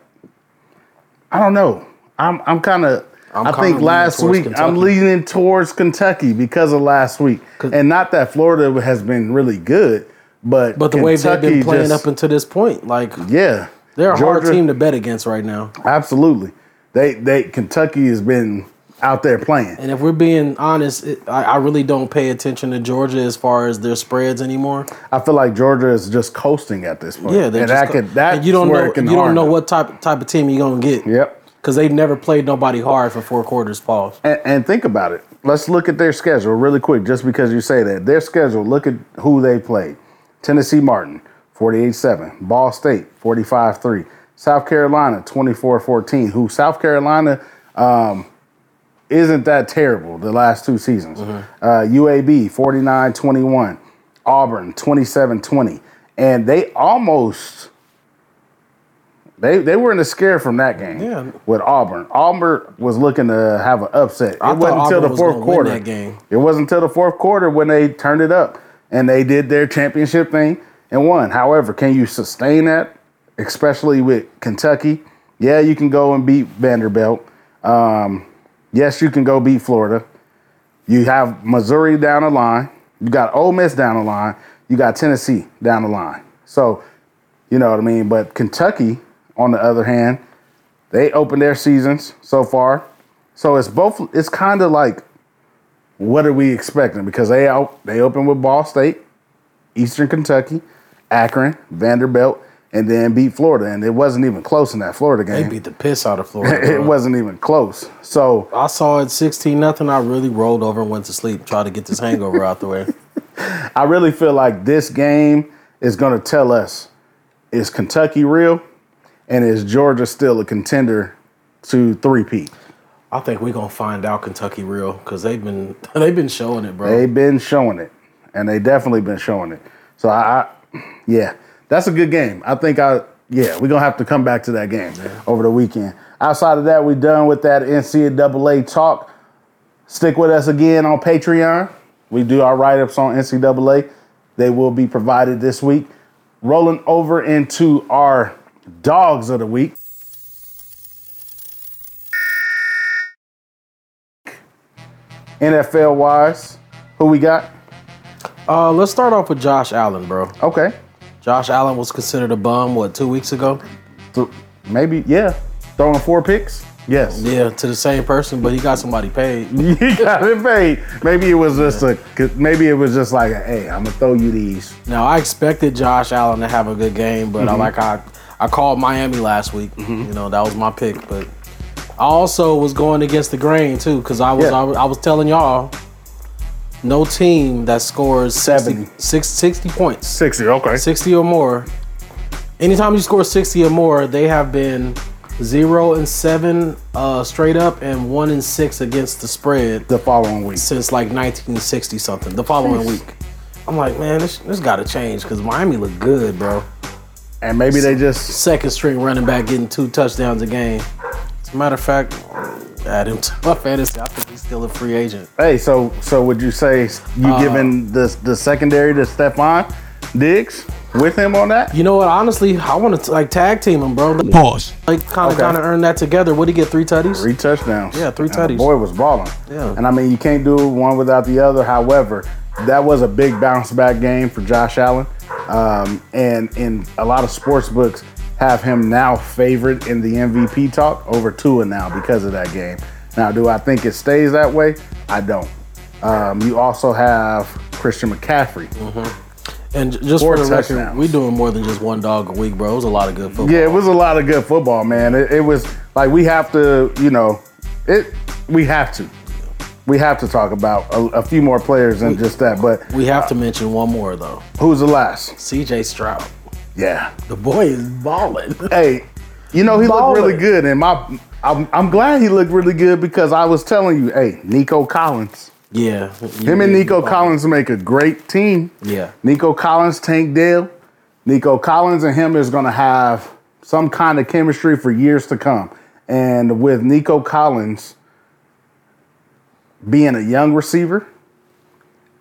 I don't know. I'm I'm kind of I'm I kinda think leaning last towards week I'm Kentucky. leaning towards Kentucky because of last week, 'Cause- and not that Florida has been really good, but But the way they've been Kentucky playing just- up until this point, like yeah, they're a Georgia- hard team to bet against right now. Absolutely, they they Kentucky has been out there playing. And if we're being honest, it, I, I really don't pay attention to Georgia as far as their spreads anymore. I feel like Georgia is just coasting at this point. Yeah, and they're that just- could that and you don't where know it can you don't harm know them. what type type of team you're gonna get. Yep. because they've never played nobody hard for four quarters. Pause. And, and think about it. Let's look at their schedule really quick, just because you say that. Their schedule, look at who they played Tennessee Martin, 48 7. Ball State, 45 3. South Carolina, 24 14. Who South Carolina um, isn't that terrible the last two seasons. Mm-hmm. Uh, UAB, 49 21. Auburn, 27 20. And they almost. They, they were in a scare from that game Yeah. with Auburn. Auburn was looking to have an upset. I it thought wasn't until Auburn the was fourth gonna win quarter. that game. It wasn't until the fourth quarter when they turned it up and they did their championship thing and won. However, can you sustain that, especially with Kentucky? Yeah, you can go and beat Vanderbilt. Um, yes, you can go beat Florida. You have Missouri down the line. You got Ole Miss down the line. You got Tennessee down the line. So, you know what I mean. But Kentucky, on the other hand, they opened their seasons so far. So it's both. It's kind of like, what are we expecting? Because they out they open with Ball State, Eastern Kentucky, Akron, Vanderbilt, and then beat Florida, and it wasn't even close in that Florida They game. beat the piss out of Florida. it bro. wasn't even close. So I saw it 16 nothing. I really rolled over and went to sleep. Tried to get this hangover out the way. I really feel like this game is going to tell us is Kentucky real, and is Georgia still a contender to three P? I think we're gonna find out Kentucky real because they've been they've been showing it, bro. They've been showing it, and they definitely been showing it. So I, I yeah, that's a good game. I think I, yeah, we're gonna have to come back to that game over the weekend. Outside of that, we done with that NCAA talk. Stick with us again on Patreon. We do our write ups on NCAA. They will be provided this week. Rolling over into our dogs of the week. NFL wise, who we got? Uh, let's start off with Josh Allen, bro. Okay. Josh Allen was considered a bum what two weeks ago? Th- maybe, yeah. Throwing four picks? Yes. Yeah, to the same person, but he got somebody paid. you got it paid. Maybe it was just a. Maybe it was just like, hey, I'm gonna throw you these. Now I expected Josh Allen to have a good game, but I like I I called Miami last week. You know that was my pick, but I also was going against the grain too because I was Yeah. I, was- I was telling y'all no team that scores 60, Seventy. six- 60 points, Sixty. Okay. 60 or more. Anytime you score 60 or more, they have been zero and seven uh, straight up and one and six against the spread The following week. since like 1960 something. The following week, I'm like, man, this this got to change because Miami looked good, bro. And maybe they just. Second string running back getting two touchdowns a game. As a matter of fact, add him to my fantasy. I think he's still a free agent. Hey, so so would you say you giving the the secondary to Stephon Diggs with him on that? You know what? Honestly, I want to like tag team him, bro. Pause. Like kind of Okay. kind of earn that together. What do you get? Three tutties? Three touchdowns. Yeah, three And the tutties. Boy was balling. Yeah. And I mean, you can't do one without the other. However, that was a big bounce back game for Josh Allen, um, and in a lot of sports books have him now favored in the MVP talk over Tua now because of that game. Now, do I think it stays that way? I don't. Um, you also have Christian McCaffrey. And j- just Four for the record, touchdowns. we doing more than just one dog a week, bro. It was a lot of good football. Yeah, it was a lot of good football, man. It, it was like we have to, you know, it. We have to. We have to talk about a, a few more players than just that. But We have to mention one more though. who's the last? CJ Stroud. Yeah. The boy is balling. Hey, you know he looked Baller. really good, and my, I'm, I'm glad he looked really good because I was telling you, hey, Nico Collins. yeah. Him and Nico Collins make a great team. Yeah. Nico Collins, Tank Dale. Nico Collins and him is going to have some kind of chemistry for years to come. And with Nico Collins being a young receiver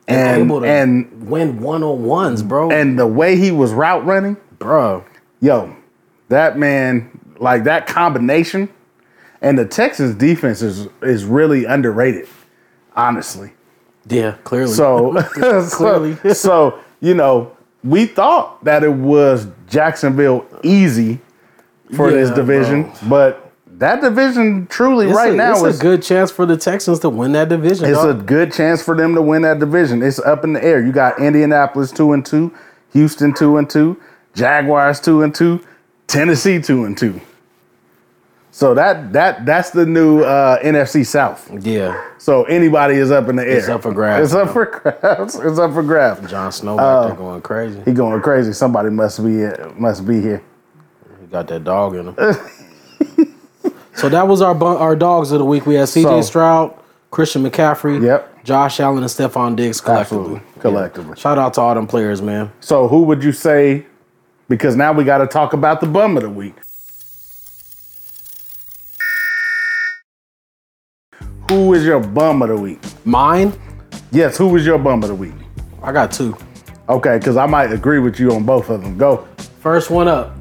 and able to and win one on ones, bro. and the way he was route running, bro, yo, that man, like that combination, and the Texans defense is is really underrated, honestly. yeah, clearly. So Clearly. so, so, you know, we thought that it was Jacksonville easy for this Yeah, division, but that division truly It's right a, now it's is a good chance for the Texans to win that division. it's a dog. good chance for them to win that division. It's up in the air. You got Indianapolis two and two, Houston two and two, Jaguars two and two, Tennessee two and two. So that that that's the new uh, NFC South. yeah, So anybody is up in the air. It's up for grabs, It's up for grabs. It's up for grabs. John Snow back there going crazy. He going crazy. Somebody must be uh, must be here. He got that dog in him. so that was our bu- our dogs of the week. We had CJ So- Stroud, Christian McCaffrey, Yep. Josh Allen, and Stephon Diggs collectively. Absolutely, collectively. Shout out to all them players, man. So who would you say? Because now we got to talk about the bum of the week. Who is your bum of the week? Mine, Yes, who is your bum of the week? I got two. Okay, because I might agree with you on both of them. Go. First one up,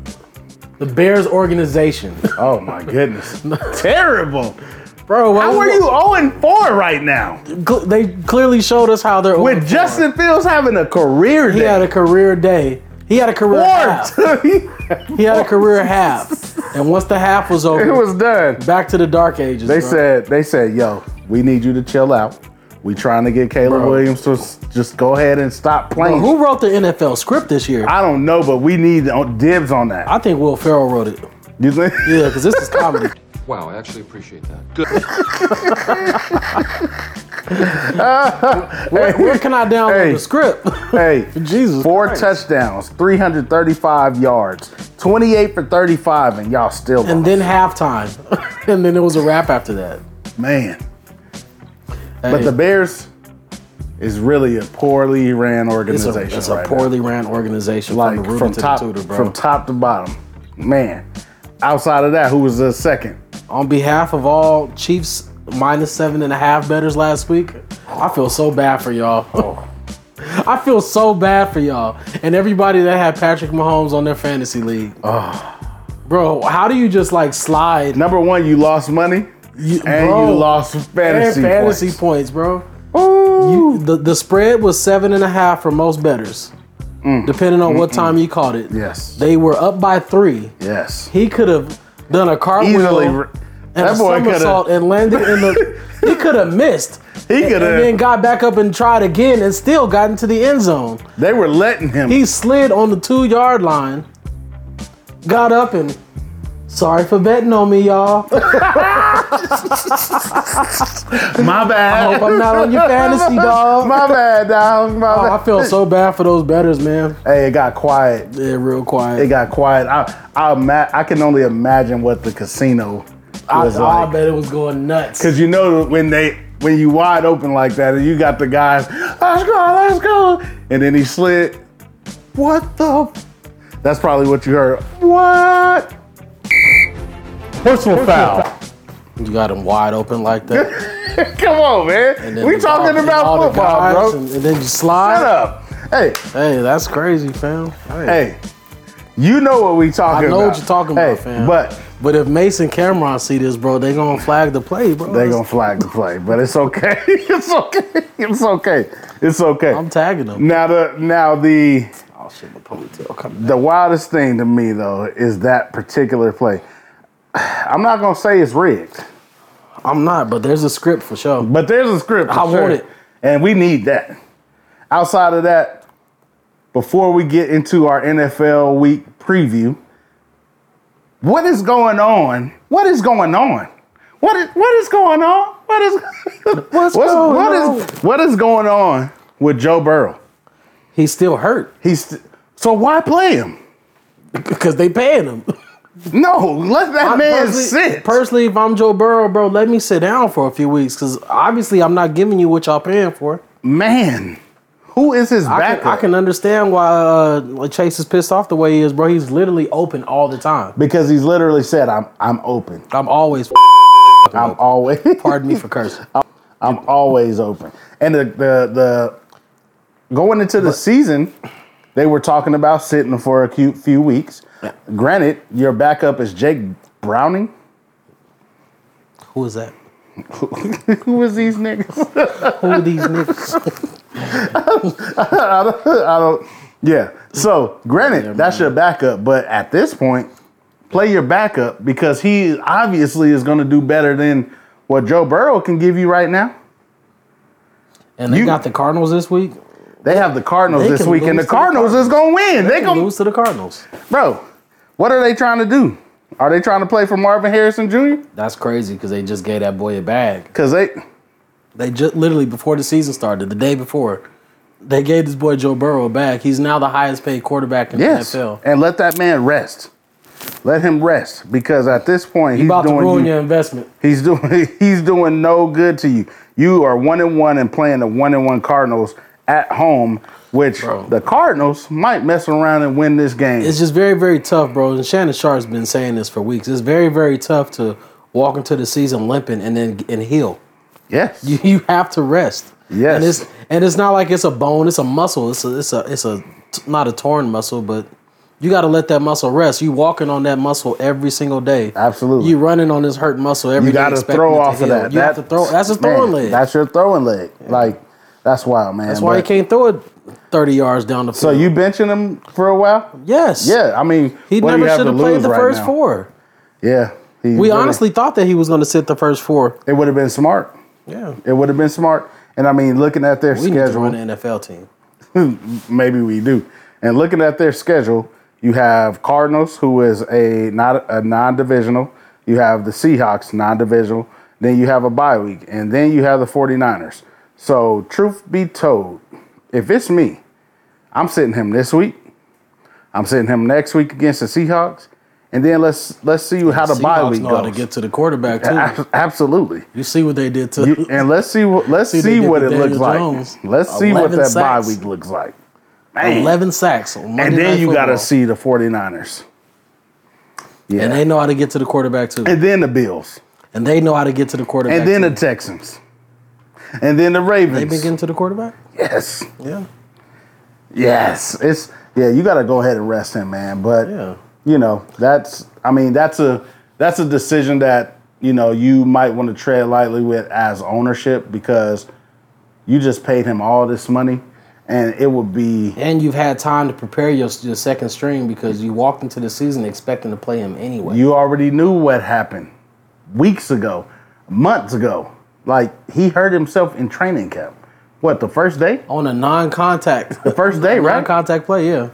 the Bears organization, Oh my goodness, terrible. bro. How are you 0 and 4 right now? Cl- they clearly showed us how they're With Justin Fields having a career He day. had a career day. He had a career half. Warped. He had a career half, and once the half was over, it was done. back to the dark ages. They bro. said, they said, yo, we need you to chill out. We trying to get Caleb Bro. Williams to s- just go ahead and stop Bro, playing. who wrote the NFL script this year? I don't know, but we need on- dibs on that. I think Will Ferrell wrote it. You think? Yeah, because this is comedy. Wow, I actually appreciate that. Where, where can I download Hey. the script? Hey, Jesus four Christ. touchdowns, 335 yards, 28 for 35, and y'all still and then halftime, and then it was a wrap after that. man. But Hey, the Bears is really a poorly ran it's a, organization. it's a right now. poorly ran organization, from like the Rudy from to top the Tudor, bro. from top to bottom, man. Outside of that, who was the second? On behalf of all Chiefs minus seven and a half betters last week, I feel so bad for y'all. Oh. I feel so bad for y'all and everybody that had Patrick Mahomes on their fantasy league. Bro, how do you just like slide? Number one, you lost money. You- and bro. you lost fantasy, and fantasy points. points, bro. You, the, the spread was seven and a half for most betters, depending on what time you caught it. Mm. Yes. They were up by three. yes. He could have done a cartwheel Easily. re- and a That boy could somersault have. and landed in the. he could have missed. He could and then have. got back up and tried again and still got into the end zone. They were letting him. He slid on the two yard line, got up and sorry for betting on me, y'all. my I bad. hope I'm not on your Oh, fantasy, dog. my bad, dog. My Oh, bad. I feel so bad for those betters, man. Hey, it got quiet. They're real It quiet. got quiet. I, I, ima- I can only imagine what the casino I, was oh, I like. bet it was going nuts. Cause you know when they when you wide open like that and you got the guys, let's go, let's go, and then he slid. What the? f- That's probably what you heard. What? Personal foul. You got them wide open like that. Come on, man. And then We the- talking and about all the football, guys bro. And, and then you Shut slide. up. Hey, Hey, that's crazy, fam. Hey. hey. You know what we talking I about. know what you're talking about, Hey, fam. But But if Mason Cameron see this, bro, they gonna flag the play, bro. they gonna flag the play. But it's okay. it's okay. It's okay. It's okay. I'm tagging them. now the now the Oh shit, my ponytail coming. The wildest thing to me though is that particular play. I'm not gonna say it's rigged. I'm not, but there's a script for sure. But there's a script. for I want sure. it. And we need that. Outside of that, before we get into our NFL week preview, what is going on? What is going on? What is what is going on? What is What's going what is- what is going on with Joe Burrow? He's still hurt He's so why play him? because they paying him. No, let that I man personally- sit. Personally, if I'm Joe Burrow, bro, let me sit down for a few weeks because obviously I'm not giving you what y'all paying for. man, who is his I backup? can, I can understand why uh, Chase is pissed off the way he is, bro. He's literally open all the time. because he's literally said, "I'm I'm open. I'm always. I'm always." Pardon me for cursing. I'm always open. And the the the going into the season, they were talking about sitting for a few, few weeks. Granted, your backup is Jake Browning. Who is that? Who is these niggas? Who are these niggas? I don't. Yeah. So, granted, that's your backup, but at this point, play your backup because he obviously is going to do better than what Joe Burrow can give you right now. And they You- got the Cardinals this week. They have the Cardinals They this can week, and the lose to the Cardinals is going to win. They They going lose to the Cardinals. Bro, what are they trying to do? Are they trying to play for Marvin Harrison Jr.? That's crazy because they just gave that boy a bag. Because they, They just literally before the season started, the day before, they gave this boy Joe Burrow a bag. He's now the highest paid quarterback in yes. the NFL. And let that man rest. Let him rest because at this point he's You about to doing ruin you- your investment. he's doing he's doing no good to you. You are one and one and playing the one and one Cardinals at home, which Bro. the Cardinals might mess around and win this game. It's just very, very tough, bro. And Shannon Sharp's been saying this for weeks. It's very, very tough to walk into the season limping and then and heal. yes, You, you have to rest. Yes. And it's and it's not like it's a bone. It's a muscle. It's a it's a it's a t- not a torn muscle, but you got to let that muscle rest. You walking on that muscle every single day. Absolutely. You running on this hurt muscle every you day. got to expecting throw it to off of heal. that. You have to That- throw. That's a man, throwing leg. That's That's, your throwing leg. Like that's wild, man. why he But- can't throw it thirty yards down the field. So you benching him for a while? yes. Yeah, I mean, He what do never you have should to have played lose the right first now? four. Yeah, he We really- honestly thought that he was going to sit the first four. it would have been smart. Yeah. It would have been smart. And I mean, looking at their We need to run schedule, an NFL team. maybe we do. And looking at their schedule, you have Cardinals, who is a not a non-divisional. You have the Seahawks, non-divisional. Then you have a bye week, and then you have the 49ers. So, truth be told, if it's me, I'm sitting him this week. I'm sitting him next week against the Seahawks, and then let's let's see how the bye Seahawks week know goes. how to get to the quarterback too. Ab- Absolutely. You see what they did to You- and let's see what let's see, See, they did what it with looks Daniel like. Jones. Let's see what 11 that sacks. bye week looks like. Man. eleven sacks on Monday and Night then you got to Football. see the 49ers. Yeah. And they know how to get to the quarterback too. And then the Bills. And they know how to get to the quarterback. And then too. the Texans. And then the they Ravens. been getting to the quarterback. yes. Yeah, Yes. It's yeah, you got to go ahead and rest him, man, but yeah. you know, that's I mean, that's a that's a decision that, you know, you might want to tread lightly with as ownership because you just paid him all this money and it would be And you've had time to prepare your, your second string because you walked into the season expecting to play him anyway. You already knew what happened weeks ago, months ago. Like he hurt himself in training camp. What the first day? on a non-contact, The first day, right? non-contact play. Yeah,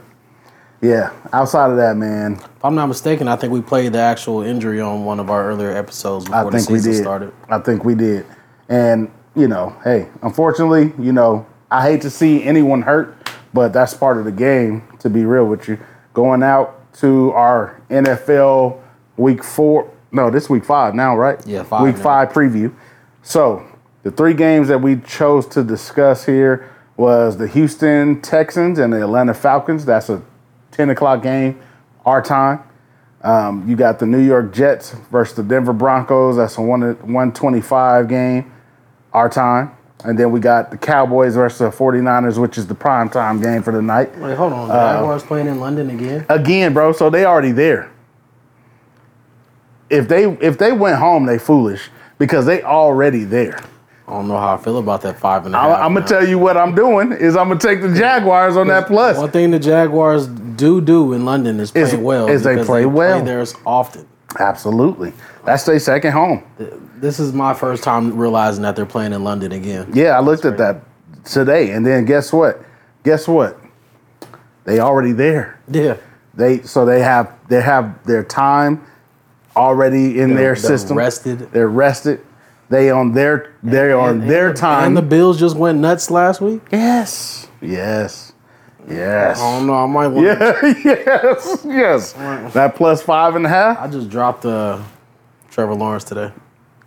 Yeah. Outside of that, man, if I'm not mistaken, I think we played the actual injury on one of our earlier episodes I before the think we season did. started. I think we did. And you know, hey, unfortunately, you know, I hate to see anyone hurt, but that's part of the game. To be real with you, going out to our NFL Week Four. No, this Week Five now, right? Yeah, five Week now. Five preview. So the three games that we chose to discuss here was the Houston Texans and the Atlanta Falcons. That's a ten o'clock game, our time. Um, you got the New York Jets versus the Denver Broncos. That's a one one twenty five game, our time. And then we got the Cowboys versus the 49ers, which is the prime time game for the night. Wait, hold on. Uh, Jaguars playing in London again. Again, bro, so they already there. If they if they went home, they foolish because they already there. I don't know how I feel about that five and a half. I'm, I'm now. gonna tell you what I'm doing is I'm gonna take the Jaguars on that plus. One thing the Jaguars do do in London is play Is- well. is they because play well. Play theirs often. Absolutely, that's their second home. This is my first time realizing that they're playing in London again. Yeah, I looked at that today, and then guess what? Guess what? They already there. Yeah. They so they have they have their time already in their they're system. rested. They're rested. They on their they on their time. And the Bills just went nuts last week. yes. Yes. Yes. I don't know. I might want. to Yeah, yes. Yes. That plus five and a half. I just dropped uh, Trevor Lawrence today.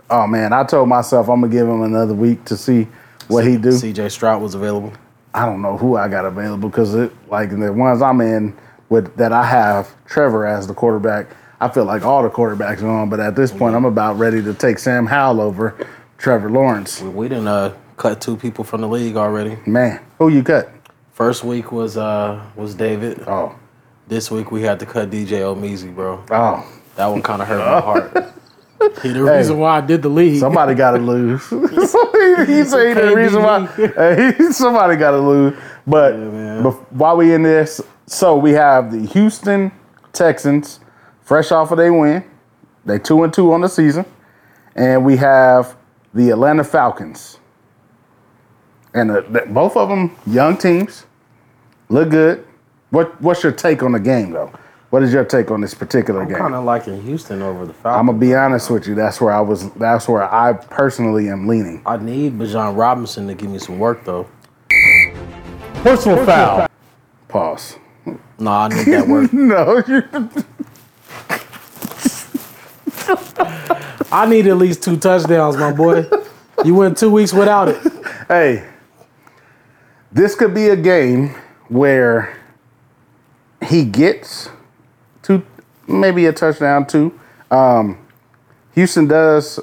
Oh man, I told myself I'm gonna give him another week to see what he do. CJ Stroud was available. I don't know who I got available because it like the ones I'm in with that I have Trevor as the quarterback. I feel like all the quarterbacks are on, but at this point, I'm about ready to take Sam Howell over Trevor Lawrence. We didn't uh, cut two people from the league already. Man, who you cut? First week was uh was David. Oh, This week we had to cut DJ Omeezy, bro. oh, That one kind of hurt my heart. He the reason why I did the league. somebody got to lose. he said the reason why Hey, somebody got to lose. But bef- while we in this, so we have the Houston Texans, fresh off of their win. They two and two on the season, and we have the Atlanta Falcons, and uh, th- both of them young teams look good. What what's your take on the game though? What is your take on this particular game? kind of liking Houston over the I'm Falcons. gonna be honest with you. That's where I was. That's where I personally am leaning. i need Bajan Robinson to give me some work though. Personal foul. Pause. No, I need that work. No, you I need at least two touchdowns, my boy. You went two weeks without it. hey, this could be a game where he gets two, maybe a touchdown, two. Um, Houston does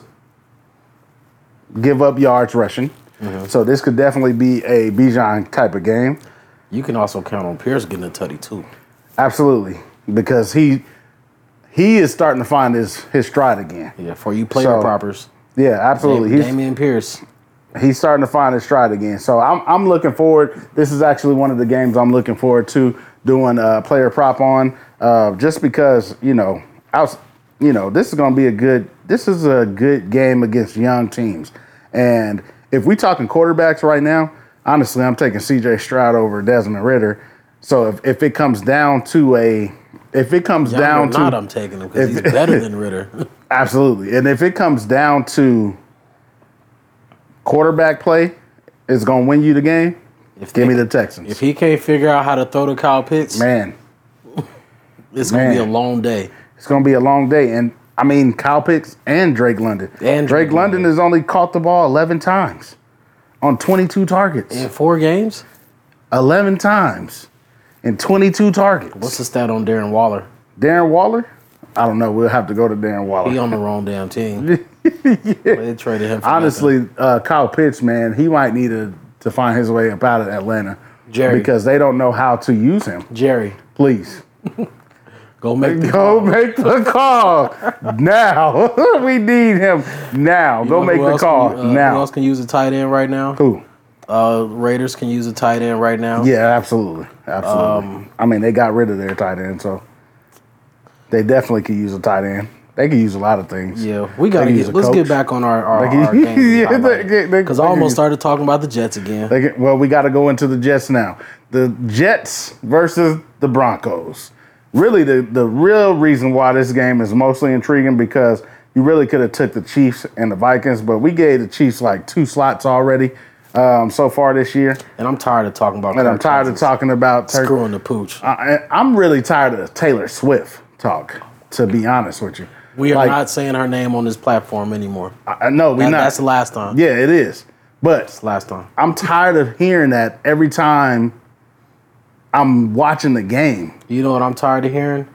give up yards rushing, so this could definitely be a Bijan type of game. You can also count on Pierce getting a tutty too. Absolutely, because he he is starting to find his his stride again. Yeah, for you player So, proppers. Yeah, absolutely. He's, Damian Pierce. he's starting to find his stride again. So I'm, I'm looking forward. This is actually one of the games I'm looking forward to doing uh, player prop on, uh, just because you know, I was, you know, this is going to be a good. This is a good game against young teams, and if we talking quarterbacks right now, honestly, I'm taking C.J. Stroud over Desmond Ritter. So if, if it comes down to a, if it comes John down Bernard, to I'm taking him because if- he's better than Ritter. Absolutely. And if it comes down to quarterback play, it's going to win you the game. If Give me they- the Texans. If he can't figure out how to throw to Kyle Pitts, Man, it's gonna be a man. long day. it's going to be a long day. And I mean, Kyle Pitts and Drake London. And Drake Drake London has only caught the ball 11 times on 22 targets. In four games, 11 times and 22 targets. what's the stat on Darren Waller? Darren Waller? I don't know. We'll have to go to Darren Waller. He on the wrong damn team. They traded him. For Honestly, uh, Kyle Pitts, man, he might need to, to find his way up out of Atlanta Jerry. because they don't know how to use him. nothing. Jerry, Please go make the go make the call now. we need him now. go Who make the else call can- uh, Who now. else can use a tight end right now? Who? Uh, Raiders can use a tight end right now. Yeah, absolutely, absolutely. Um, I mean, they got rid of their tight end, so they definitely could use a tight end. They could use a lot of things. Yeah, we They gotta could use a get. Let's coach. get back on our our, They could- our game. Yeah, they could- they Because could- I almost started talking about the Jets again. They could- well, we got to go into the Jets now. The Jets versus the Broncos. Really, the the real reason why this game is mostly intriguing because you really could have took the Chiefs and the Vikings, but we gave the Chiefs like two slots already um, so far this year. And I'm tired of talking about. And I'm Kirk tired of Cousins talking about Turk. screwing the pooch. I, I'm really tired of Taylor Swift talk. To be honest with you, We are Like, not saying her name on this platform anymore. I, no, we That- not. That's the last time. yeah, it is. But last time. I'm tired of hearing that every time I'm watching the game. You know what I'm tired of hearing?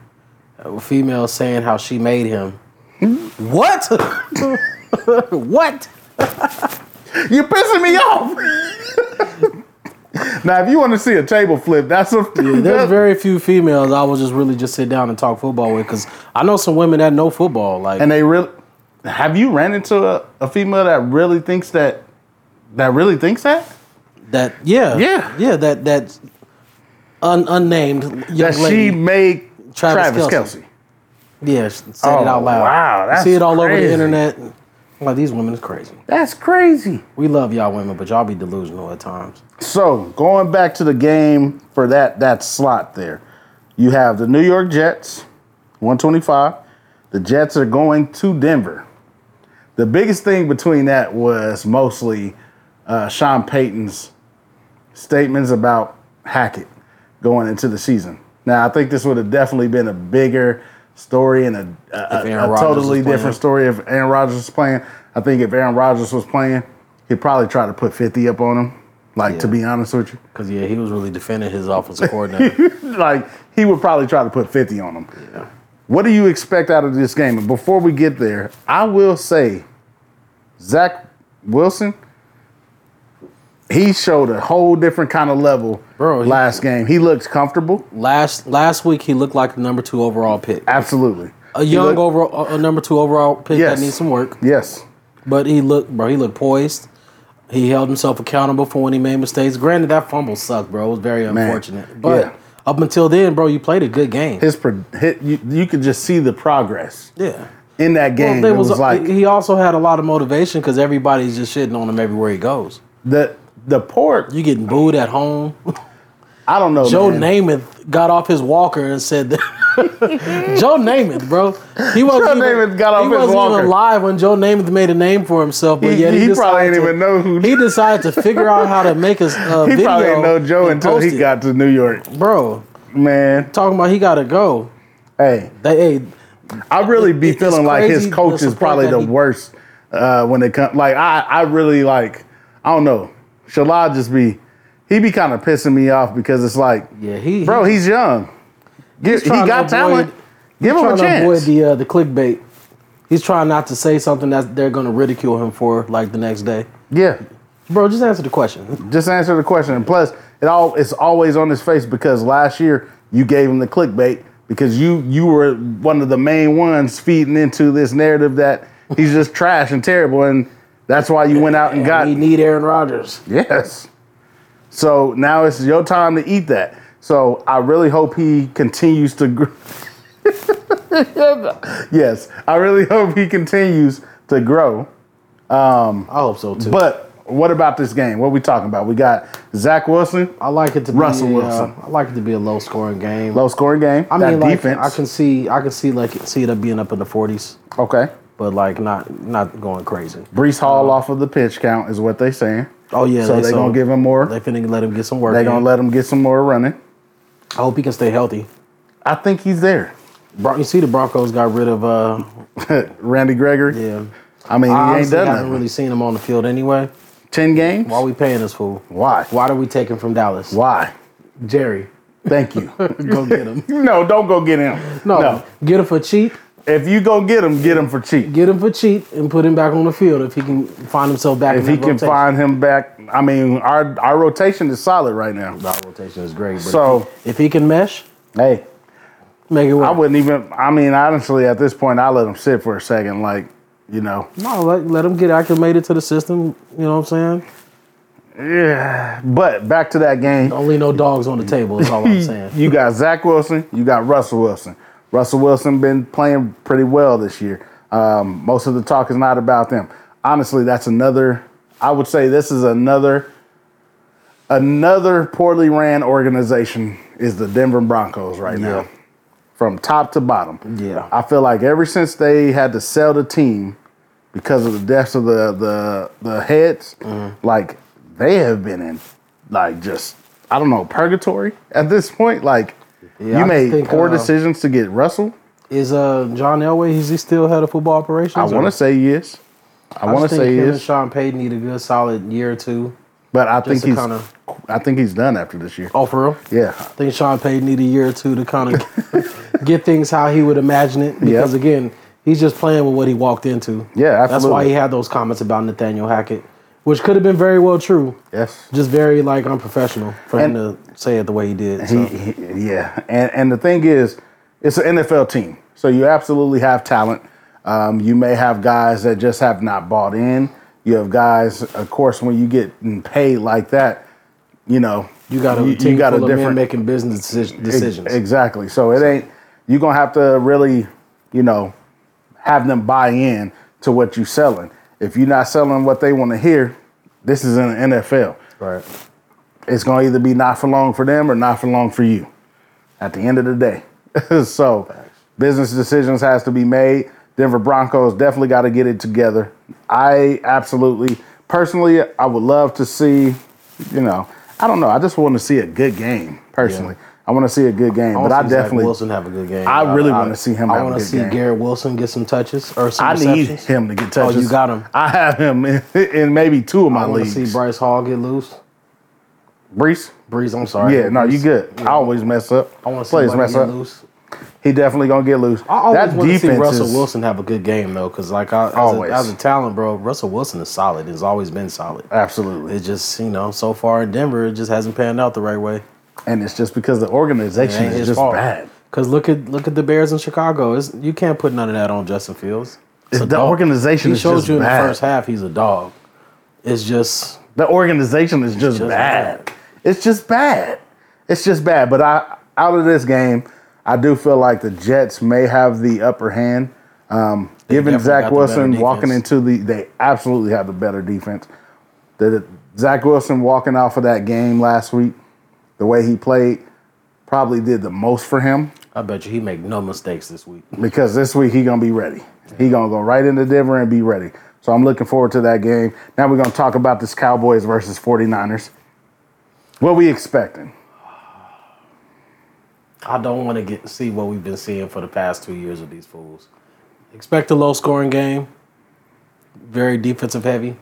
A female saying how she made him. Hmm? what? what? You're pissing me off. now, if you want to see a table flip, that's a There's very few females I will just really just sit down and talk football with because I know some women that know football. Like, and they really. Have you ran into a, a female that really thinks that? That really thinks that? that, yeah, Yeah. yeah. That that un, unnamed young That she lady. made Travis Travis, Kelce. Kelsey. yeah, said it Oh, out loud. wow, You that's see it all over crazy. the internet. Like these women is crazy. That's crazy. We love y'all women, but y'all be delusional at times. So going back to the game for that that slot there, you have the New York Jets, 125. The Jets are going to Denver. The biggest thing between that was mostly uh, Sean Payton's statements about Hackett going into the season. Now I think this would have definitely been a bigger story and a, If a, Aaron a Rodgers totally was playing. different story if Aaron Rodgers was playing. I think if Aaron Rodgers was playing, he'd probably try to put 50 up on him. Like to Yeah. be honest with you. Cause yeah, he was really defending his offensive coordinator. like he would probably try to put 50 on them. What do you expect out of this game? And before we get there, I will say Zach Wilson, he showed a whole different kind of level Bro, he- last game. He looks comfortable. last last week he looked like the number two overall pick, Absolutely. a He young looked- overall, a- a number two overall pick Yes. that needs some work. Yes. But he looked, bro. He looked poised. He held himself accountable for when he made mistakes. Granted, that fumble sucked, bro. It was very unfortunate. But yeah. up until then, bro, you played a good game. His, pro- hit you, you could just see the progress yeah. in that game. there it was, like he also had a lot of motivation because everybody's just shitting on him everywhere he goes. the the port. You getting booed at home. I don't know. Joe man. Namath got off his walker and said that. Joe Namath, bro. He wasn't Joe Namath got off he his wasn't walker. even alive when Joe Namath made a name for himself, but He- yet he, he probably decided ain't to- even know who- He decided to figure out how to make a s- a He video. probably didn't know Joe and until post he it. got to New York, bro. man. Talking about he gotta go. Hey, They, hey, I really be It- it's feeling like his crazy the coach is support probably that the he- worst uh, when it comes. Like I, I really like. I don't know. Shalad just be, he be kind of pissing me off because it's like, yeah, he bro, he's young. Give, he trying to got avoid- talent. Give him trying a to avoid chance. the uh, the clickbait. He's trying not to say something that they're gonna ridicule him for, like the next day. yeah, Bro, just answer the question. just answer the question. And plus, it all it's always on his face because last year you gave him the clickbait because you you were one of the main ones feeding into this narrative that he's just trash and terrible, and that's why you went out and got we need Aaron Rodgers. Yes. So now it's your time to eat that. So I really hope he continues to. Gr- yes, I really hope he continues to grow. I hope so too. But what about this game? What we talking about? We got Zach Wilson, I like it to Russell be a, uh, Wilson. I like it to be a low scoring game. low scoring game. I that mean, like, defense. I can see, I can see, like, see it being up in the forties, okay. but like not, not going crazy. Brees Hall off of the pitch count is what they saying. Oh yeah, So they saw- gonna give him more. They finna let him get some work. They in. gonna let him get some more running. I hope he can stay healthy. I think he's there. Bron- you see, the Broncos got rid of. uh Randy Gregory. Yeah, I mean, he ain't I honestly done haven't nothing. really seen him on the field anyway. Ten games. Why we paying this fool? Why? Why do we take him from Dallas? Why? Jerry, Thank you. go get him. no, don't go get him. No, get him for cheap. If you go get him, get him for cheap. Get him for cheap and put him back on the field if he can find himself back. If in he that can rotation. find him back, I mean, our our rotation is solid right now. our rotation is great. But So if he can mesh, hey, make it work. I wouldn't even. I mean, honestly, at this point, I let him sit for a second. Like, you know, No, let, let him get acclimated to the system. You know what I'm saying? but back to that game. Don't leave no dogs on the table. Is all I'm saying. Hmm. You got Zach Wilson. You got Russell Wilson. Russell Wilson been playing pretty well this year. Um, most of the talk is not about them. Honestly, that's another. I would say this is another another poorly ran organization is the Denver Broncos right Yeah. now, from top to bottom. Yeah. I feel like ever since they had to sell the team because of the deaths of the the the heads, Mm-hmm. like they have been in like just I don't know purgatory at this point. Like Yeah, you I made think, poor uh, decisions to get Russell. Is uh John Elway? Is he still head of football operations? I want to or- say yes. I, I want to just think say him and yes, Sean Payton need a good solid year or two. but I think to he's kinda- I think he's done after this year. Oh, for real? Yeah, I think Sean Payton need a year or two to kind of get things how he would imagine it. Because Yep. again, he's just playing with what he walked into. Yeah, That's why absolutely. he had those comments about Nathaniel Hackett, which could have been very well true. yes. Just very like unprofessional for him And- to say it the way he did. So. He, he- yeah, and and the thing is, it's an NFL team, so you absolutely have talent. Um, you may have guys that just have not bought in. You have guys, of course, when you get paid like that, you know You got a team full of men making business deci- ex- decisions. Exactly. So it ain't you're gonna have to really, you know, have them buy in to what you're selling. If you're not selling what they want to hear, this is in the NFL. Right. It's gonna either be not for long for them or not for long for you. At the end of the day, so business decisions has to be made. Denver Broncos definitely got to get it together. I absolutely, personally, I would love to see. You know, I don't know. I just want to see a good game. Personally, I want to see a good game. but wanna I see Zach definitely Wilson have a good game. I really wanna see him I have a wanna good see game. Garrett Wilson get some touches or some I need receptions. him to get touches. Oh, you got him. I have him in, in maybe two of my I want to leagues. see Bryce Hall get loose. Brees? Breeze, I'm sorry. Yeah, no, you Brees. good. I always mess up. I want to see Players him mess get up. loose. He definitely gonna get loose. I always that want to see defense Russell is, Wilson have a good game though, because like I, as, Always. A, as a talent, bro, Russell Wilson is solid. Has always been solid. Absolutely, It just you know so far in Denver, it just hasn't panned out the right way. and it's just because the organization ain't is his just fault. bad. Cause look at look at the Bears in Chicago. It's, you can't put none of that on Justin Fields. It's The a dog. organization He is showed just you in bad. the first half he's a dog. It's just The organization is just, just bad. bad. It's just bad. It's just bad. But I out of this game, I do feel like the Jets may have the upper hand. Um, given definitely Zach got the better Wilson walking defense. into the, they absolutely have the better defense. The Zach Wilson walking off of that game last week, the way he played, probably did the most for him I bet you he make no mistakes this week. because this week he gonna be ready. He gonna go right into Denver and be ready. So I'm looking forward to that game. Now we're gonna talk about this Cowboys versus 49ers. What we expecting? I don't want to get see what we've been seeing for the past two years with these fools. Expect a low scoring game, very defensive heavy.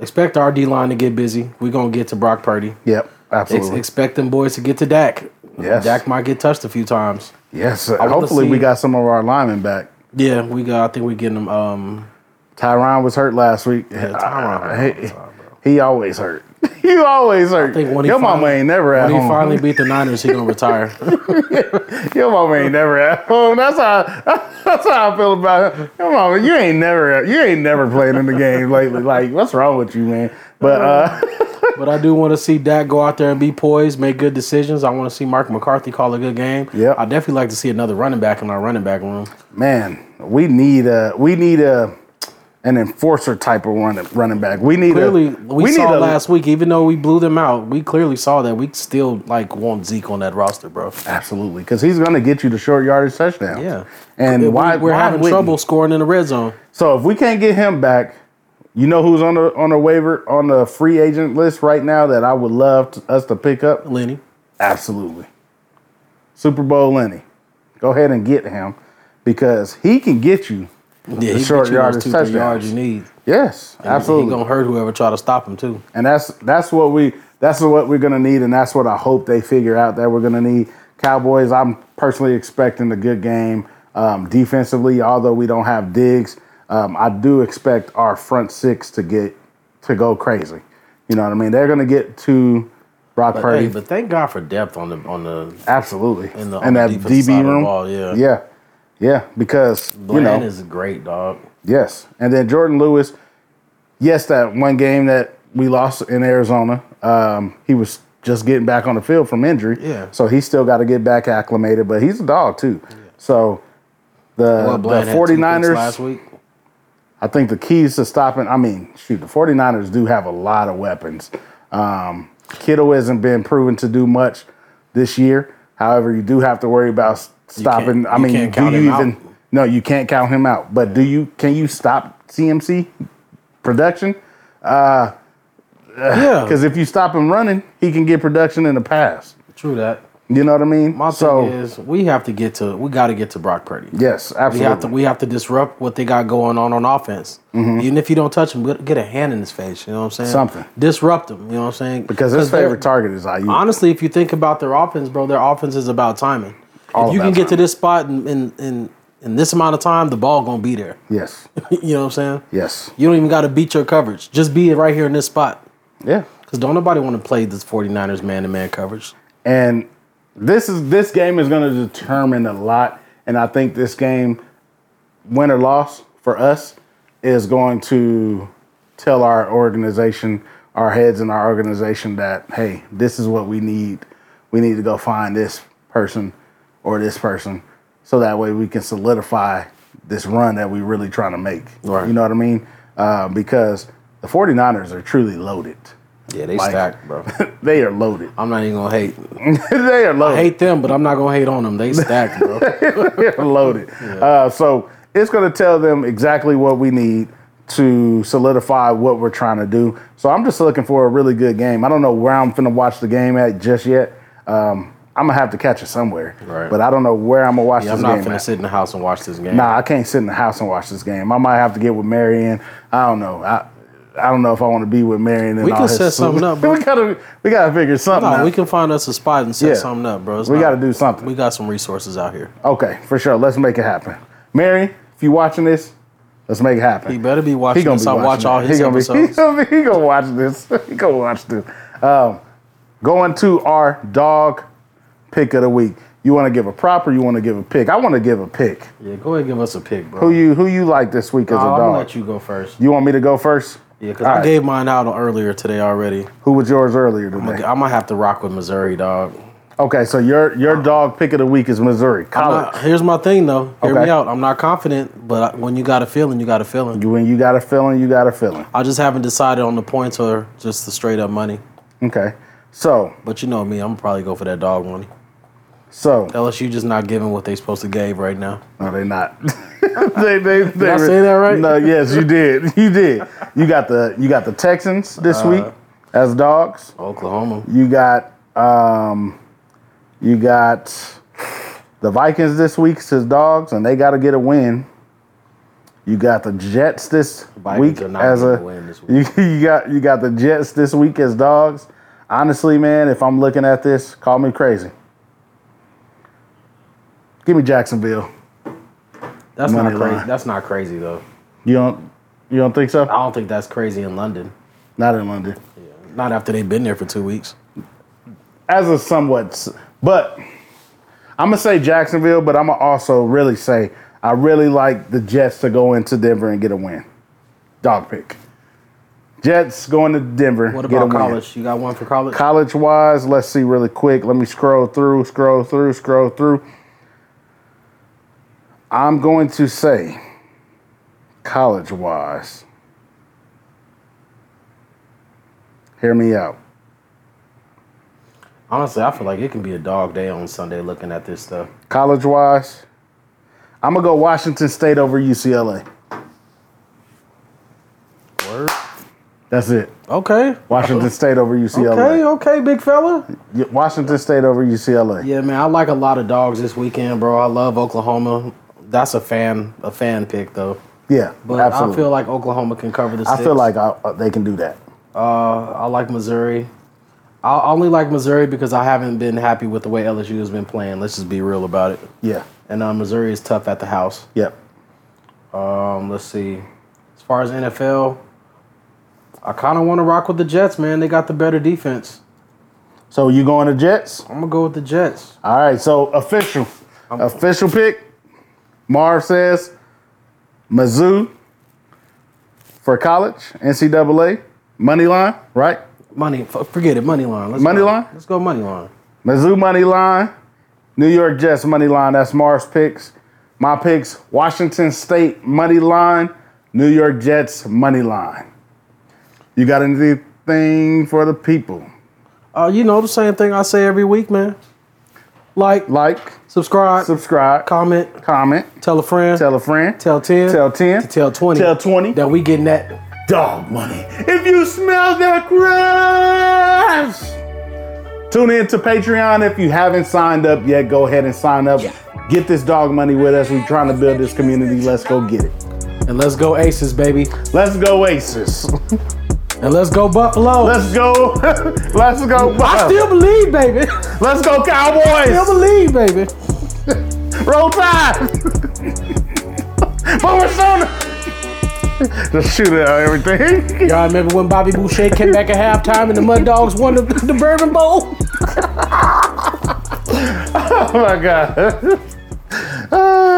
Expect our D line to get busy. We're gonna get to Brock Purdy. Yep, Ex- absolutely. expect them boys to get to Dak. Yes. Dak might get touched a few times. yes. wanna hopefully we see- got some of our linemen back. Yeah, we got. I think we're getting them. Um, Tyron was hurt last week. Yeah, Tyron hurt all the time, he, he always hurt. you always hurt. I think when he Your mama finally- ain't never at when home. he finally beat the Niners, he gonna retire. Your mama ain't never at home. That's how that's how I feel about him. Your mama, you ain't never you ain't never playing in the game lately. Like, what's wrong with you, man? But uh But I do want to see Dak go out there and be poised, make good decisions. I want to see Mark McCarthy call a good game. Yep. I definitely like to see another running back in our running back room. man, we need a we need a an enforcer type of running running back. We need Clearly, a, we, need saw a- last week, even though we blew them out, we clearly saw that we still like want Zeke on that roster, bro. absolutely because he's gonna get you the short yardage touchdown. Yeah. and We- why we're why having wouldn't? trouble scoring in the red zone? So if we can't get him back, you know who's on the on the waiver on the free agent list right now that I would love to, us to pick up. Lenny, Absolutely. Super Bowl Lenny. Go ahead and get him because he can get you. yeah, he short short yards, yardage two three touchdowns. yards you need. Yes, he absolutely. gonna hurt whoever try to stop him too. And that's that's what we that's what we're gonna need, and that's what I hope they figure out that we're gonna need. Cowboys, I'm personally expecting a good game um, defensively, although we don't have Diggs. Um, I do expect our front six to get to go crazy. You know what I mean? They're gonna get to Brock But, Purdy. hey, but thank God for depth on the on the absolutely, in and the- on the that defensive side DB of the room. ball, yeah. yeah, yeah, because you Bland know is great, dog. Yes. And then Jordan Lewis, yes, that one game that we lost in Arizona, um, he was just getting back on the field from injury. Yeah. So he still got to get back acclimated, but he's a dog too. So Uh, the, Well, Bland the had two picks 49ers, last week. I think the keys to stopping, I mean, shoot, the 49ers do have a lot of weapons. Um, Kittle hasn't been proven to do much this year. However, you do have to worry about s- stopping. I you mean, can't do count you him even? out. No, you can't count him out. But do you? Can you stop CMC production? Yeah, Because if you stop him running, he can get production in the pass. true that. You know what I mean? My so thing is, we have to get to we got to get to Brock Purdy. yes, we absolutely. Mm-hmm. have to we have to disrupt what they got going on on offense. Even if you don't touch him, get- get a hand in his face. You know what I'm saying? Something. Disrupt him. You know what I'm saying? because his they're- favorite target is IU. Honestly, if you think about their offense, bro, their offense is about timing. All if you about can get to timing. this spot in in, in in this amount of time, the ball gonna be there. yes, you know what I'm saying? yes, You don't even got to beat your coverage. Just be right here in this spot. yeah. Because don't nobody want to play this 49ers man to man coverage. and this is this game is going to determine a lot and i think this game win or loss for us is going to tell our organization our heads in our organization that hey this is what we need we need to go find this person or this person so that way we can solidify this run that we really trying to make Right. you know what i mean uh, because the 49ers are truly loaded. Yeah, they Like- stacked, bro. they are loaded. I'm not even gonna hate. they are loaded. I hate them, but I'm not gonna hate on them. They stacked, bro. They're loaded. Uh, so it's going to tell them exactly what we need to solidify what we're trying to do. So I'm just looking for a really good game. I don't know where I'm finna watch the game at just yet. Um, I'm gonna have to catch it somewhere, Right. but I don't know where I'm gonna watch Yeah, I'm this not game. gonna at. sit in the house and watch this game. Nah, I can't sit in the house and watch this game. I might have to get with Marion. I don't know. I I don't know if I want to be with Marion. And We all can his set something fools. up, bro. we gotta we gotta figure something No, out. we can find us a spot and set Yeah. something up, bro. It's We not- gotta do something. We got some resources out here. Okay, for sure. Let's make it happen. Mary, if you watching this, let's make it happen. He better be watching gonna this. I watch watching all it. his he gonna Be, he, episodes. gonna be- he gonna watch this. He gonna watch this. Um, going to our dog pick of the week. You want to give a prop or you want to give a pick? I want to give a pick. Yeah, go ahead and give us a pick, bro. Who you who you like this week as I'll a I'll dog? let you go first. You want me to go first? Yeah, because All I right. gave mine out earlier today already. Who was yours earlier today? I might have to rock with Missouri, dog. Okay, so your Uh, your dog pick of the week is Missouri College. here's my thing, though. Hear Okay. me out. I'm not confident, but I- when you got a feeling, you got a feeling. When you got a feeling, you got a feeling. I just haven't decided on the points or just the straight up money. Okay, so But you know me, I'm probably go for that dog one. so LSU just not giving what they supposed to give right now. No, they not. they, they, they I say that right? No, yes, you did. You did. You got the you got the Texans this Uh-huh. week as dogs. Oklahoma. You got um, you got the Vikings this week as dogs, and they got to get a win. You got the Jets this Vikings week are not as a getting a win this week. You, you got you got the Jets this week as dogs. Honestly, man, if I'm looking at this, call me crazy. Give me Jacksonville. That's Money not crazy. line. That's not crazy though. You don't you don't think so? I don't think that's crazy in London. Not in London. Not after they've been there for two weeks. As a somewhat, s- but I'm gonna say Jacksonville, but I'm gonna also really say I really like the Jets to go into Denver and get a win. Dog pick. Jets going to Denver. What get a about win. college? You got one for college? College wise, let's see really quick. Let me scroll through, scroll through, scroll through. I'm going to say college wise. Hear me out. Honestly, I feel like it can be a dog day on Sunday looking at this stuff. college wise, I'm gonna go Washington State over UCLA. Word. That's it. Okay. Washington State over Okay, UCLA. okay, big fella. Y- Washington State over UCLA. Yeah, man, I like a lot of dogs this weekend, bro. I love Oklahoma. That's a fan, a fan pick though. Yeah, But absolutely. I feel like Oklahoma can cover the. Six. I feel like I, uh, they can do that. Uh, I like Missouri. I I only like Missouri because I haven't been happy with the way LSU has been playing. Let's just be real about it. Yeah. And uh, Missouri is tough at the house. Yep. Um, let's see. As far as NFL, I kind of want to rock with the Jets, man. They got the better defense. So you going to Jets? I'm gonna go with the Jets. All right. So official, official pick. Marv says, Mizzou for college NCAA money line, right? Money, f- forget it. Money line. Let's Money go. line? Let's go money line. Mizzou money line, New York Jets money line. That's Mars picks. My picks: Washington State money line, New York Jets money line. You got anything for the people? Uh, you know the same thing I say every week, man. Like, Like, subscribe, subscribe, comment, comment, tell a friend, tell a friend, tell ten, tell ten, tell twenty, tell twenty. that we getting that. dog money. If you smell that grass, tune in to Patreon. If you haven't signed up yet, go ahead and sign up. Get this dog money with us. We're trying to build this community. Let's go get it. And let's go Aces, baby. Let's go Aces. And let's go Buffalo. Let's go. Let's go. I still believe, baby. Let's go Still Cowboys. believe, baby. Roll Tide. but we're so. Just shoot it out everything. Y'all remember when Bobby Boucher came back at halftime and the Mud Dogs won the, the Bourbon Bowl? Oh my god. Ah.